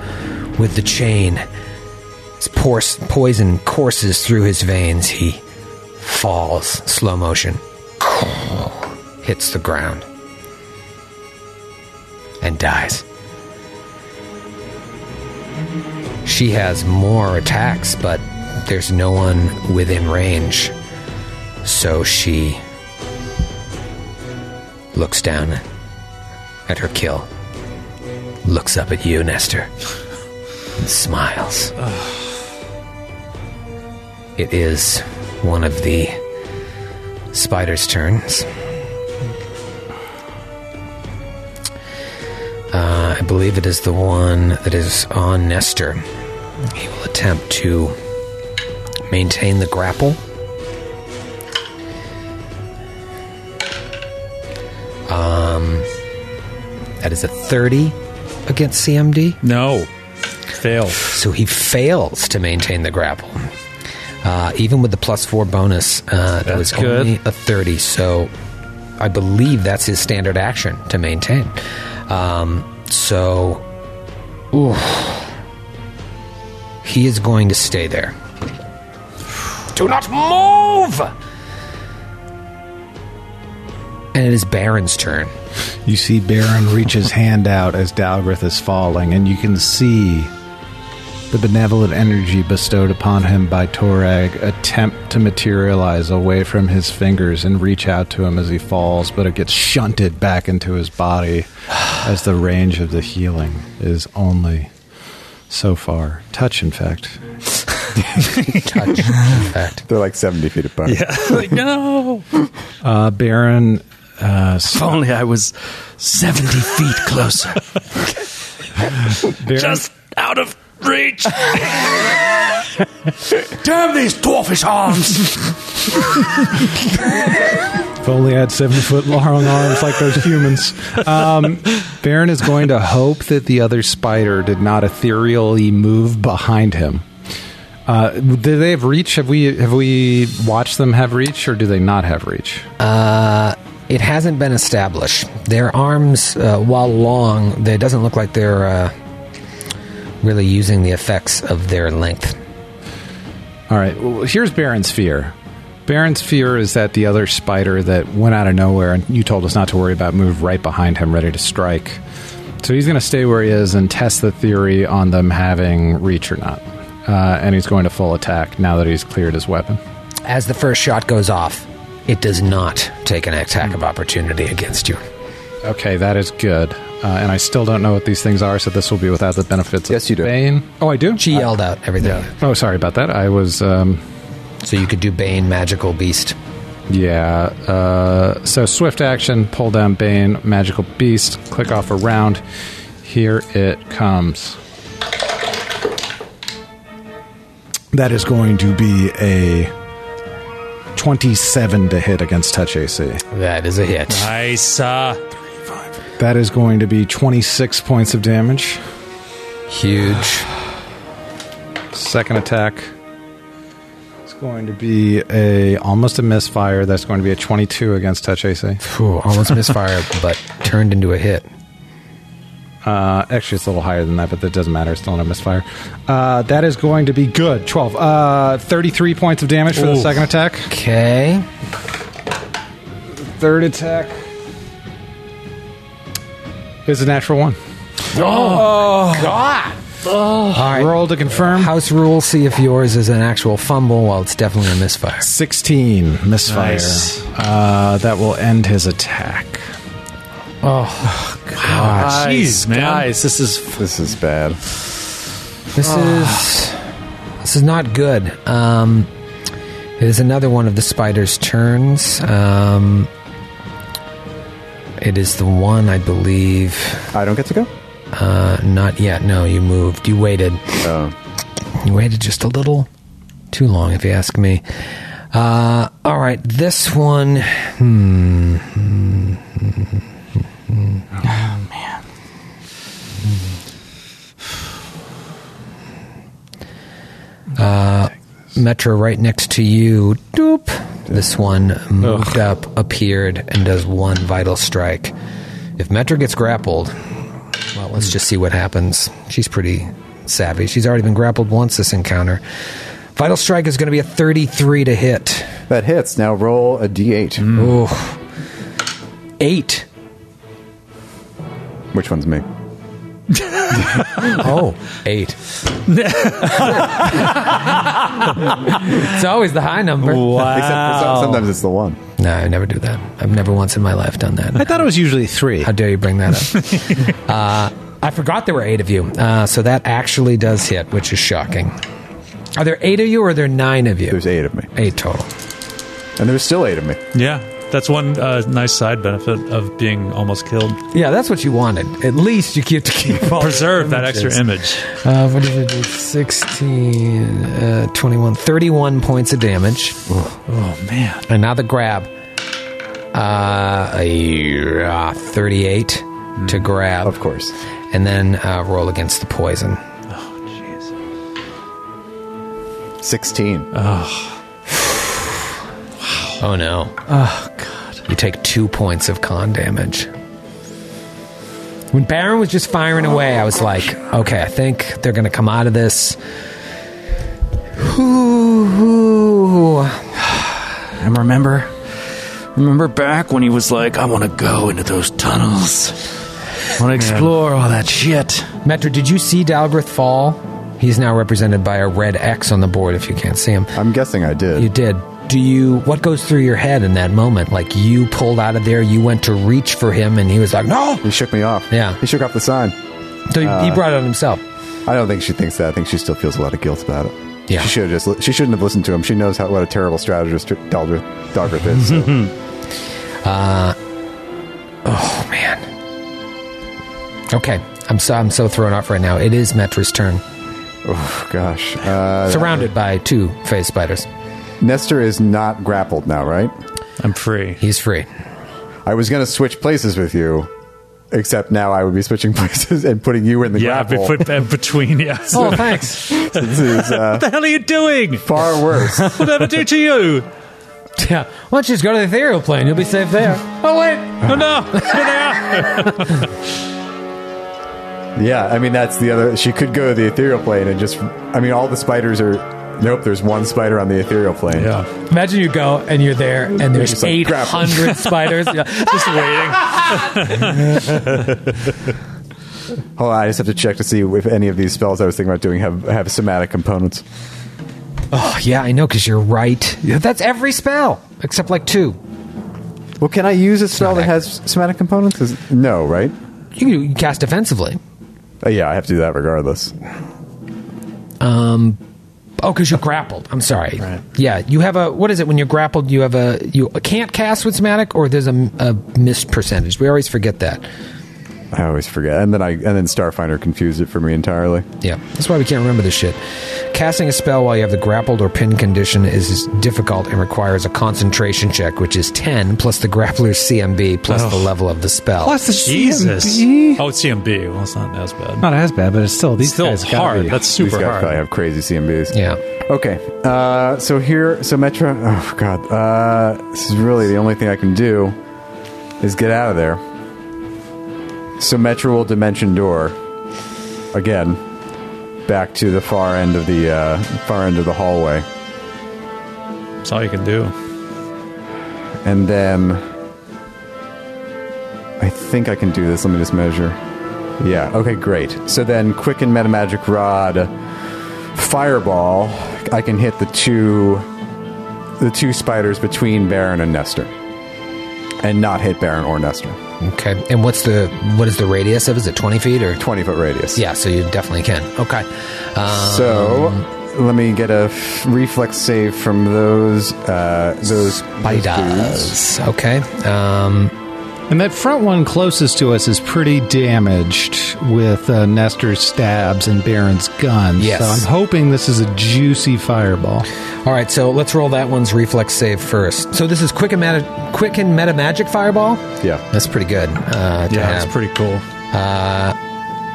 Speaker 2: with the chain. His por- poison courses through his veins. He falls, slow motion, hits the ground, and dies. She has more attacks, but there's no one within range. So she looks down at her kill, looks up at you, Nestor, and smiles. It is one of the spider's turns. Uh, I believe it is the one that is on Nestor. He will attempt to maintain the grapple. Um, that is a 30 against CMD.
Speaker 8: No. Fail.
Speaker 2: So he fails to maintain the grapple. Uh, even with the plus four bonus, uh, that was only a 30. So I believe that's his standard action to maintain. Um, so oof. he is going to stay there. Do not move! And it is Baron's turn.
Speaker 6: You see Baron reach his hand out as Dalgrith is falling, and you can see the benevolent energy bestowed upon him by Torag attempt to materialize away from his fingers and reach out to him as he falls, but it gets shunted back into his body as the range of the healing is only so far. Touch, in fact.
Speaker 2: Touch. In fact,
Speaker 5: They're like 70 feet apart. Yeah.
Speaker 8: like, no.
Speaker 6: Uh, Baron uh,
Speaker 10: If only I was 70 feet closer. Just out of reach. Damn these dwarfish arms.
Speaker 6: If only I had seven foot long arms like those humans. Um, Baron is going to hope that the other spider did not ethereally move behind him. Uh, do they have reach? Have we have we watched them have reach, or do they not have reach?
Speaker 2: It hasn't been established. Their arms, uh, while long, they- it doesn't look like they're uh, really using the effects of their length.
Speaker 6: All right. Well, here's Baron's fear. Baron's fear is that the other spider that went out of nowhere and you told us not to worry about moved right behind him, ready to strike. So he's going to stay where he is and test the theory on them having reach or not. Uh, and he's going to full attack now that he's cleared his weapon.
Speaker 2: As the first shot goes off, it does not take an attack of opportunity against you.
Speaker 6: Okay, that is good. Uh, and I still don't know what these things are, so this will be without the benefits
Speaker 5: Yes,
Speaker 6: of
Speaker 5: you do.
Speaker 6: Bane. Oh, I do?
Speaker 2: She yelled out everything.
Speaker 6: Oh, sorry about that. I was. Um,
Speaker 2: So you could do Bane, Magical Beast.
Speaker 6: Yeah. Uh, so swift action, pull down Bane, magical beast, click off a round. Here it comes. That is going to be a 27 to hit against touch AC.
Speaker 2: That is a hit.
Speaker 8: Nice. Uh,
Speaker 6: That is going to be 26 points of damage.
Speaker 2: Huge.
Speaker 6: Second attack. It's going to be a almost a misfire. That's going to be a 22 against touch AC.
Speaker 2: Phew, almost misfired, but turned into a hit.
Speaker 6: Uh, actually, it's a little higher than that, but that doesn't matter. It's still not a misfire. Uh, that is going to be good. 12. Uh, 33 points of damage for the
Speaker 8: Ooh.
Speaker 6: second attack.
Speaker 2: Okay.
Speaker 6: Third attack is a natural one.
Speaker 8: Oh,
Speaker 6: Oh,
Speaker 2: All right.
Speaker 6: Roll to confirm.
Speaker 2: House rule: see if yours is an actual fumble. Well, it's definitely a misfire.
Speaker 6: 16 misfire.
Speaker 8: Nice.
Speaker 6: Uh, that will end his attack.
Speaker 8: Jeez, man.
Speaker 10: Guys, this is
Speaker 5: This is bad.
Speaker 2: This is this is not good. Um, it is another one of the spider's turns. Um, it is the one I believe.
Speaker 5: I don't get to go.
Speaker 2: Uh, not yet. No, you moved. You waited. You waited just a little too long, if you ask me. Uh, all right, this one. Hmm. Oh, Uh, Metro right next to you. Doop. This one moved up, appeared, and does one vital strike. If Metro gets grappled, well, let's just see what happens. She's pretty savvy. She's already been grappled once this encounter. Vital Strike is going to be a 33 to hit.
Speaker 5: That hits. Now roll a d8.
Speaker 8: Mm.
Speaker 2: Oh, eight.
Speaker 5: Which one's me?
Speaker 2: Oh, eight. it's always the high number.
Speaker 5: Except for some, sometimes it's the one.
Speaker 2: No, I never do that. I've never once in my life done that.
Speaker 6: I thought it was usually three.
Speaker 2: How dare you bring that up? uh, I forgot there were eight of you. Uh, so that actually does hit, which is shocking. Are there eight of you or are there nine of you?
Speaker 5: There's eight of me,
Speaker 2: Eight total.
Speaker 5: and there's still eight of me.
Speaker 8: Yeah, that's one uh, nice side benefit of being almost killed.
Speaker 2: Yeah, that's what you wanted. At least you get to keep all
Speaker 8: Preserve
Speaker 2: your
Speaker 8: that extra
Speaker 2: images.
Speaker 8: image.
Speaker 2: Uh, what did it do? 16, uh, 21, 31 points of damage.
Speaker 8: Oh man,
Speaker 2: And now the grab. Uh, a, uh, 38
Speaker 8: Mm.
Speaker 2: to grab.
Speaker 5: Of course.
Speaker 2: And then uh, roll against the poison.
Speaker 5: Sixteen.
Speaker 8: Uh.
Speaker 2: Oh no. Oh god. You take two points of con damage. When Baron was just firing away, I was like, okay, I think they're gonna come out of this. Ooh.
Speaker 10: And remember, remember back when he was like, I want to go into those tunnels. I want to explore all that shit.
Speaker 2: Metro, did you see Dalgrith fall? He's now represented by a red X on the board if you can't see him.
Speaker 5: I'm guessing I did.
Speaker 2: You did. Do you what goes through your head in that moment? Like you pulled out of there, you went to reach for him and he was like, No
Speaker 5: he shook me off.
Speaker 2: Yeah.
Speaker 5: He shook off the sign.
Speaker 2: So he, he brought it on himself.
Speaker 5: I don't think she thinks that. I think she still feels a lot of guilt about it.
Speaker 2: Yeah.
Speaker 5: She should have just. li- She shouldn't have listened to him. She knows how what a terrible strategist Dalgrith Dalgrith is. so.
Speaker 2: Oh man. Okay. I'm so I'm so thrown off right now. It is Metra's turn.
Speaker 5: oh gosh. Uh,
Speaker 2: Surrounded by two phase spiders.
Speaker 5: Nestor is not grappled now, right?
Speaker 8: I'm free.
Speaker 2: He's free.
Speaker 5: I was going to switch places with you, except now I would be switching places and putting you in the
Speaker 8: Yeah, be-
Speaker 5: grapple.
Speaker 8: put- uh, between yeah.
Speaker 2: Oh, thanks.
Speaker 5: this is uh,
Speaker 8: What the hell are you doing?
Speaker 5: far worse.
Speaker 8: What did I do to you?
Speaker 2: yeah. Why don't you just go to the ethereal plane? You'll be safe there.
Speaker 8: Oh wait, no, no.
Speaker 5: Yeah, I mean that's the other. She could go to the ethereal plane and just. I mean, all the spiders are. Nope, there's one spider on the ethereal plane.
Speaker 8: Yeah,
Speaker 2: Imagine you go and you're there and
Speaker 5: It's
Speaker 2: there's
Speaker 5: like,
Speaker 2: eight
Speaker 5: crap.
Speaker 2: hundred spiders. Yeah.
Speaker 8: just waiting.
Speaker 5: Hold on, I just have to check to see if any of these spells I was thinking about doing have have somatic components.
Speaker 2: Oh, yeah, I know because you're right. That's every spell except like two.
Speaker 5: Well, can I use a spell that
Speaker 2: Somatic.
Speaker 5: has somatic components? Is- no, right?
Speaker 2: You can you can cast defensively.
Speaker 5: Uh, yeah, I have to do that regardless.
Speaker 2: Oh, because you're grappled. I'm sorry. Yeah, you have a what is it when you're grappled? You have a you can't cast with somatic, or there's a, a missed percentage. We always forget that.
Speaker 5: I always forget, and then I and then Starfinder confused it for me entirely.
Speaker 2: Yeah, that's why we can't remember this shit. Casting a spell while you have the grappled or pinned condition is is difficult and requires a concentration check, which is ten plus the grappler's CMB plus
Speaker 6: Oh.
Speaker 2: the level of the spell.
Speaker 8: Jesus. Oh, it's CMB. Well, it's not as bad.
Speaker 6: Not as bad, but it's still these
Speaker 8: It's still
Speaker 6: guys gotta
Speaker 8: hard.
Speaker 6: be-
Speaker 8: That's
Speaker 5: These
Speaker 8: super
Speaker 5: guys probably
Speaker 8: hard.
Speaker 5: have crazy CMBs.
Speaker 2: yeah.
Speaker 5: Okay. Uh, so here, so Metro. Oh God, uh, this is really the only thing I can do is get out of there. symmetrical dimension door. Again, back to the far end of the uh, far end of the hallway,
Speaker 8: That's all you can do.
Speaker 5: and then I think I can do this. Let me just measure. Yeah. Okay. Great. So then, quicken meta magic rod, fireball. I can hit the two, the two spiders between Baron and Nestor, and not hit Baron or Nestor.
Speaker 2: Okay. And what's the what is the radius of? Is it twenty feet or?
Speaker 5: Twenty foot radius.
Speaker 2: Yeah. So you definitely can. Okay. Um,
Speaker 5: So let me get a f- reflex save from those uh, those
Speaker 2: bite
Speaker 5: dudes.
Speaker 2: does. Okay. Um,
Speaker 6: And that front one closest to us is pretty damaged with uh, Nestor's stabs and Baron's gun.
Speaker 2: Yes.
Speaker 6: So I'm hoping this is a juicy fireball.
Speaker 2: all right. So let's roll that one's reflex save first. So this is quick and meta, quick and meta magic fireball.
Speaker 5: Yeah.
Speaker 2: That's pretty good. Uh, to
Speaker 8: Yeah,
Speaker 2: have.
Speaker 8: it's pretty cool.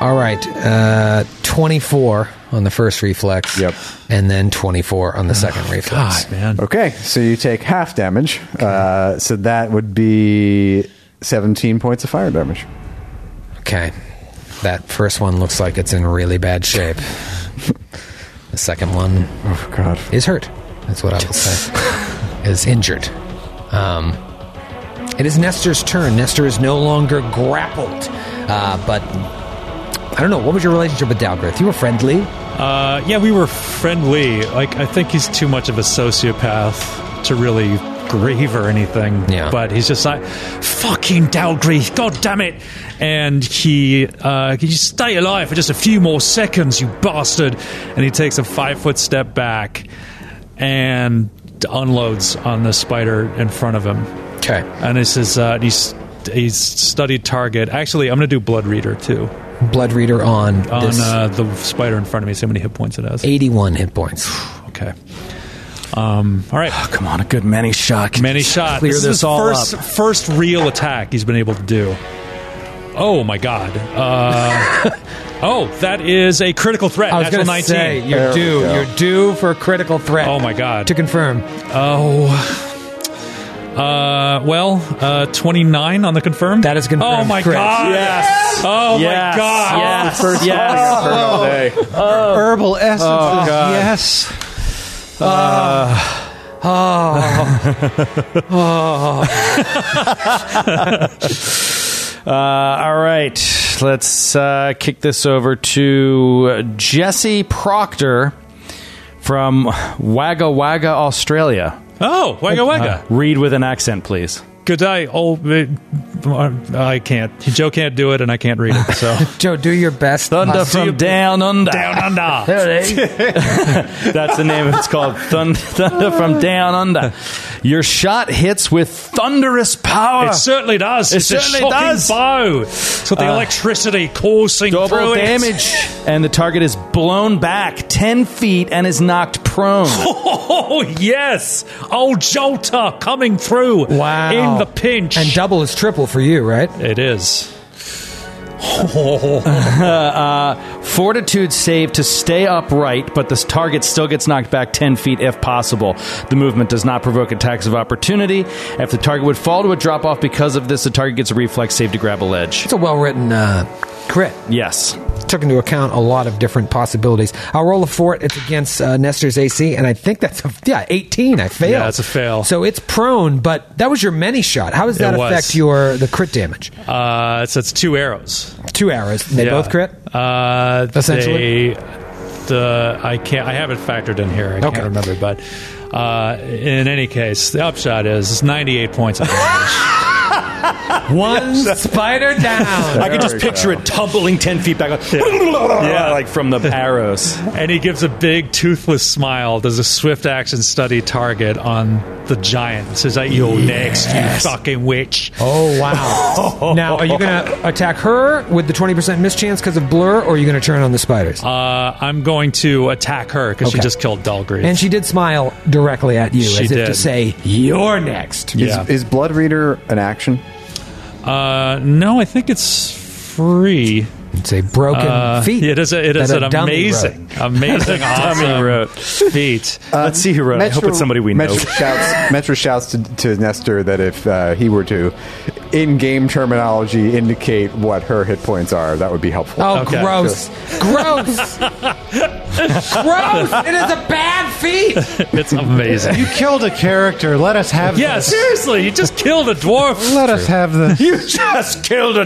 Speaker 2: All right, uh, 24 on the first reflex.
Speaker 5: Yep.
Speaker 2: And then 24 on the second reflex.
Speaker 8: Oh God, man.
Speaker 5: Okay, so you take half damage. Uh, so that would be seventeen points of fire damage.
Speaker 2: Okay. That first one looks like it's in really bad shape. the second one
Speaker 5: Oh God.
Speaker 2: is hurt. That's what I would say. is injured. Um, it is Nestor's turn. Nestor is no longer grappled. Uh, but I don't know. What was your relationship with Dalgrith? You were friendly.
Speaker 8: Uh, yeah, we were friendly. Like, I think he's too much of a sociopath to really grieve or anything.
Speaker 2: Yeah.
Speaker 8: But he's just like, fucking Dalgreath, god damn it! And he, uh, can you stay alive for just a few more seconds, you bastard? And he takes a five foot step back and unloads on the spider in front of him.
Speaker 2: Okay.
Speaker 8: And this is, uh, he's, he's studied target. Actually, I'm going to do Blood Reader too
Speaker 2: Blood reader on,
Speaker 8: on
Speaker 2: this.
Speaker 8: uh, the spider in front of me. See how many hit points it has.
Speaker 2: 81 hit points.
Speaker 8: Okay. Um, all right.
Speaker 10: Come on, a good many shot.
Speaker 8: Many shots.
Speaker 10: Clear
Speaker 8: this,
Speaker 10: this,
Speaker 8: is his
Speaker 10: all
Speaker 8: first,
Speaker 10: up.
Speaker 8: First real attack he's been able to do. Oh my god. Uh, oh, that is a critical threat. Natural
Speaker 2: gonna
Speaker 8: 19.
Speaker 2: you're
Speaker 5: There we
Speaker 2: due.
Speaker 5: go.
Speaker 2: You're due for a critical threat.
Speaker 8: Oh my god.
Speaker 2: To confirm,
Speaker 8: Oh. Uh, well, uh, 29 on the confirmed.
Speaker 2: That is confirmed
Speaker 8: Oh my
Speaker 2: crit.
Speaker 8: god. Yes. Oh my god.
Speaker 5: First fire burn all day.
Speaker 6: Herbal essence.
Speaker 8: Oh,
Speaker 6: yes.
Speaker 4: Uh, all right, let's uh, kick this over to Jesse Proctor from Wagga Wagga, Australia.
Speaker 8: Oh, wagga wagga.
Speaker 4: Uh, read with an accent, please.
Speaker 8: Good day. Oh, it- I can't. Joe can't do it, and I can't read it. So
Speaker 2: Joe, do your best.
Speaker 4: Thunder
Speaker 2: Must-
Speaker 4: from down under.
Speaker 8: down under.
Speaker 4: That's the name. It's called Thund- Thunder from Down Under. Your shot hits with thunderous power.
Speaker 8: It certainly does.
Speaker 4: It
Speaker 8: it's
Speaker 4: certainly
Speaker 8: a shocking
Speaker 4: does.
Speaker 8: bow. It's got the
Speaker 2: Ah.
Speaker 8: electricity coursing
Speaker 4: Double
Speaker 8: through it.
Speaker 4: damage, and the target is blown back ten feet and is knocked prone.
Speaker 8: Oh yes, old Jolter coming through.
Speaker 2: Wow.
Speaker 8: in the pinch.
Speaker 2: And double is triple for you, right?
Speaker 8: it is.
Speaker 4: Fortitude save to stay upright, but this target still gets knocked back 10 feet if possible. The movement does not provoke attacks of opportunity. If the target would fall to a drop off because of this, the target gets a reflex save to grab a ledge.
Speaker 2: It's a well written uh, crit.
Speaker 4: Yes.
Speaker 2: Took into account a lot of different possibilities. I'll roll a fort. It's against uh, Nestor's AC, and I think that's a, yeah, 18. I failed.
Speaker 8: Yeah, it's a fail.
Speaker 2: So it's prone, but that was your many shot. How does that
Speaker 8: It was.
Speaker 2: affect your the crit damage?
Speaker 8: Uh, so it's two arrows.
Speaker 2: Two arrows. They
Speaker 8: Yeah.
Speaker 2: both crit.
Speaker 8: Uh,
Speaker 2: Essentially?
Speaker 8: they- the I can't. I have it factored in here. I
Speaker 2: Okay.
Speaker 8: can't remember, but uh, in any case, the upshot is it's 98 points. of damage.
Speaker 2: One spider down.
Speaker 4: I could just picture it tumbling 10 feet back. Like, yeah, like from the arrows.
Speaker 8: and he gives a big toothless smile. Does a swift action study target on the giant? and Says that you're next, you fucking witch.
Speaker 2: Oh wow! now, are you going to attack her with the twenty percent mischance because of blur, or are you going to turn on the spiders?
Speaker 8: Uh, I'm going to attack her because she
Speaker 2: Okay.
Speaker 8: just killed Dalgreath.
Speaker 2: and she did smile directly at you,
Speaker 8: She
Speaker 2: as if to
Speaker 8: did.
Speaker 2: say, "You're next."
Speaker 8: yeah.
Speaker 5: Is, is blood reader an action?
Speaker 8: uh, no, I think it's free.
Speaker 2: It's a broken
Speaker 8: Uh,
Speaker 2: feet.
Speaker 8: It is. A, it is
Speaker 2: that
Speaker 8: an
Speaker 2: a dummy
Speaker 8: amazing, amazing, awesome
Speaker 4: wrote. Uh,
Speaker 8: feat.
Speaker 4: Let's see who wrote it. I hope it's somebody we know.
Speaker 5: Metro shouts, Metro shouts to, to Nestor that if uh, he were to in game terminology indicate what her hit points are, that would be helpful.
Speaker 2: Oh,
Speaker 8: Okay,
Speaker 2: gross. Gross. gross. It is a bad feat.
Speaker 8: It's amazing.
Speaker 6: You killed a character. Let us have
Speaker 8: yeah,
Speaker 6: this.
Speaker 8: seriously, you just killed a dwarf.
Speaker 6: Let us have this.
Speaker 8: You just killed a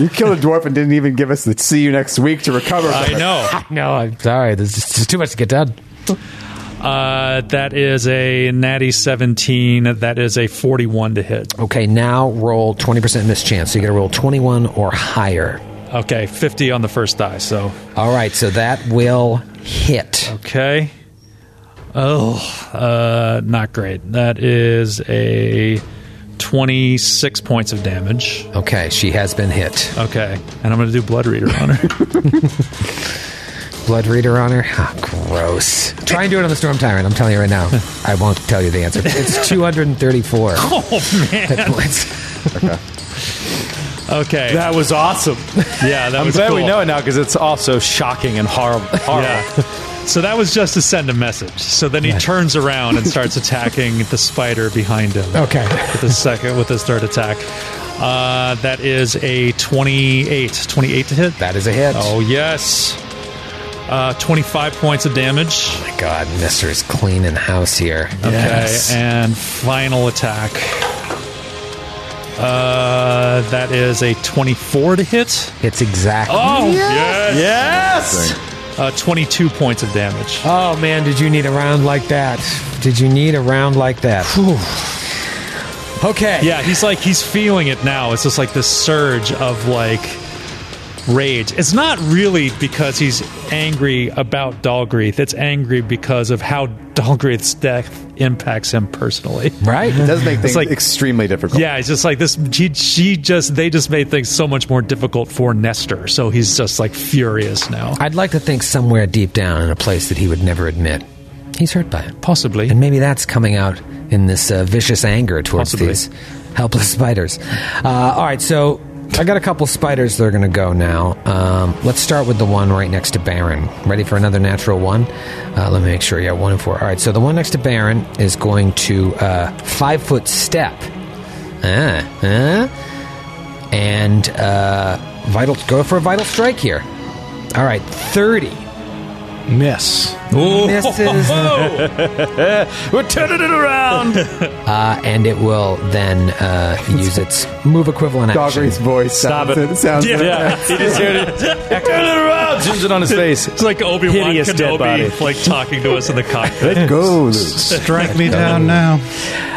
Speaker 5: You killed a dwarf and didn't even give us the see you next week to recover. from
Speaker 8: I
Speaker 5: it.
Speaker 8: know.
Speaker 2: No, I'm sorry. There's just there's too much to get done.
Speaker 8: Uh, that is a natty 17. That is a 41 to hit.
Speaker 2: Okay, now roll 20% mischance. So you got to roll 21 or higher.
Speaker 8: Okay, 50 on the first die. So,
Speaker 2: All right, so that will hit.
Speaker 8: okay. Oh, uh, not great. That is a 26 points of damage.
Speaker 2: Okay, she has been hit.
Speaker 8: Okay, and I'm going to do Blood Reader on her.
Speaker 2: Blood reader on her? Ah, gross. Try and do it on the Storm Tyrant. I'm telling you right now. I won't tell you the answer. It's 234
Speaker 8: oh, man.
Speaker 2: hit points.
Speaker 8: Okay.
Speaker 4: That was awesome.
Speaker 8: yeah, that
Speaker 4: I'm
Speaker 8: was
Speaker 4: glad we
Speaker 8: cool.
Speaker 4: know it now because it's also shocking and horrible. horrible.
Speaker 8: Yeah. So that was just to send a message. So then he turns around and starts attacking the spider behind him.
Speaker 2: Okay.
Speaker 8: With his second, with his third attack, uh, that is a 28, 28 to hit.
Speaker 2: That is a hit.
Speaker 8: Oh yes, uh, 25 points of damage.
Speaker 2: my God. Mister is cleaning house here.
Speaker 8: Okay, and final attack. Uh, that is a 24 to hit.
Speaker 2: It's exactly.
Speaker 8: Oh yes,
Speaker 4: Yes.
Speaker 8: Uh, 22 points of damage.
Speaker 2: Oh man, did you need a round like that? Did you need a round like that? Okay.
Speaker 8: Yeah, he's like he's feeling it now. It's just like this surge of like rage. It's not really because he's angry about Dalgreath. It's angry because of how Dalgreath's death impacts him personally.
Speaker 2: Right?
Speaker 5: It does make things
Speaker 8: like-
Speaker 5: extremely difficult.
Speaker 8: Yeah, it's just like this. She, she just they just made things so much more difficult for Nestor. So he's just like furious now.
Speaker 2: I'd like to think somewhere deep down in a place that he would never admit, he's hurt by it.
Speaker 8: Possibly.
Speaker 2: And maybe that's coming out in this uh, vicious anger towards
Speaker 8: Possibly.
Speaker 2: these helpless spiders. Uh, all right, so I got a couple spiders that are going to go now. Um, let's start with the one right next to Baron. Ready for another natural one? Uh, let me make sure. Yeah, one and four. All right, so the one next to Baron is going to uh, five foot step. Uh, uh, and uh, vital go for a vital strike here. All right, 30.
Speaker 6: Miss.
Speaker 2: Misses.
Speaker 4: We're turning it around.
Speaker 2: Uh, and it will then uh, use its move equivalent action.
Speaker 5: Doggery's voice.
Speaker 4: Stop
Speaker 5: sounds,
Speaker 4: it.
Speaker 5: sounds
Speaker 4: yeah. He just heard it. Turn it around. Zooms it on his face.
Speaker 8: it's like Obi Wan
Speaker 4: Hideous dead body.
Speaker 8: Kenobi, like talking to us in the cockpit.
Speaker 5: It goes.
Speaker 6: Strike me down now.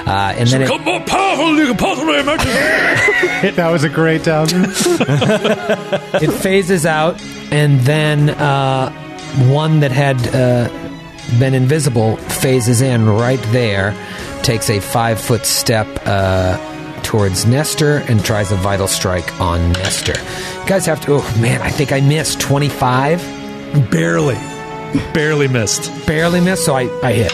Speaker 2: Uh, and then it,
Speaker 8: Become more powerful than you can possibly imagine.
Speaker 6: That was a great um, down.
Speaker 2: it phases out, and then uh, one that had uh, been invisible phases in right there, takes a five foot step uh, towards Nestor, and tries a vital strike on Nestor. You guys have to. Oh, man, I think I missed 25.
Speaker 8: Barely, barely missed.
Speaker 2: Barely missed, so I, I hit.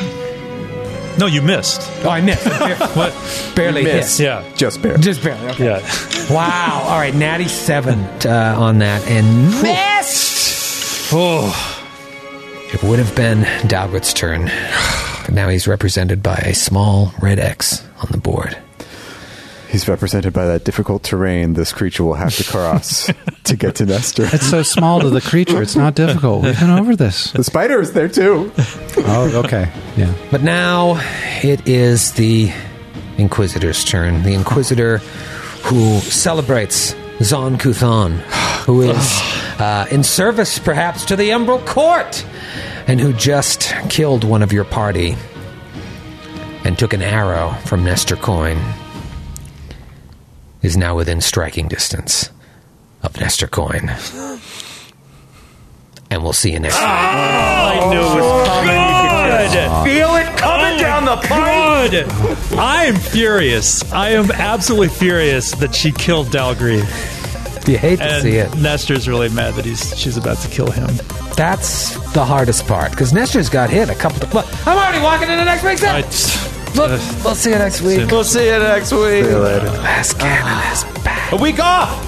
Speaker 8: No, you missed.
Speaker 2: Oh, I missed. I bar-
Speaker 8: What?
Speaker 2: barely
Speaker 5: missed.
Speaker 2: hit.
Speaker 8: Yeah,
Speaker 5: Just barely.
Speaker 2: Just barely. Okay.
Speaker 8: yeah.
Speaker 2: Wow. All right, Natty seven uh, on that, and
Speaker 8: Oh,
Speaker 2: it would have been Dalgut's turn, but now he's represented by a small red X on the board.
Speaker 5: He's represented by that difficult terrain this creature will have to cross to get to Nestor.
Speaker 6: It's so small to the creature. It's not difficult. We've been over this.
Speaker 5: The spider is there too.
Speaker 6: Oh, okay. Yeah.
Speaker 2: But now it is the Inquisitor's turn. The Inquisitor who celebrates Zon Kuthan, who is uh, in service perhaps to the Umbral Court, and who just killed one of your party and took an arrow from Nestor Coin, is now within striking distance of Nestor Coin. And we'll see you next time.
Speaker 8: Feel it coming down the pipe. I am furious. I am absolutely furious that she killed Dalgree.
Speaker 2: You hate to
Speaker 8: And
Speaker 2: see it.
Speaker 8: Nestor's really mad that he's she's about to kill him.
Speaker 2: That's the hardest part because Nestor's got hit a couple. Of, look, I'm already walking into next week's.
Speaker 8: I,
Speaker 2: episode. Look, we'll see you next week.
Speaker 4: We'll see you next week.
Speaker 2: Last cannon is back.
Speaker 4: Ah. A week off.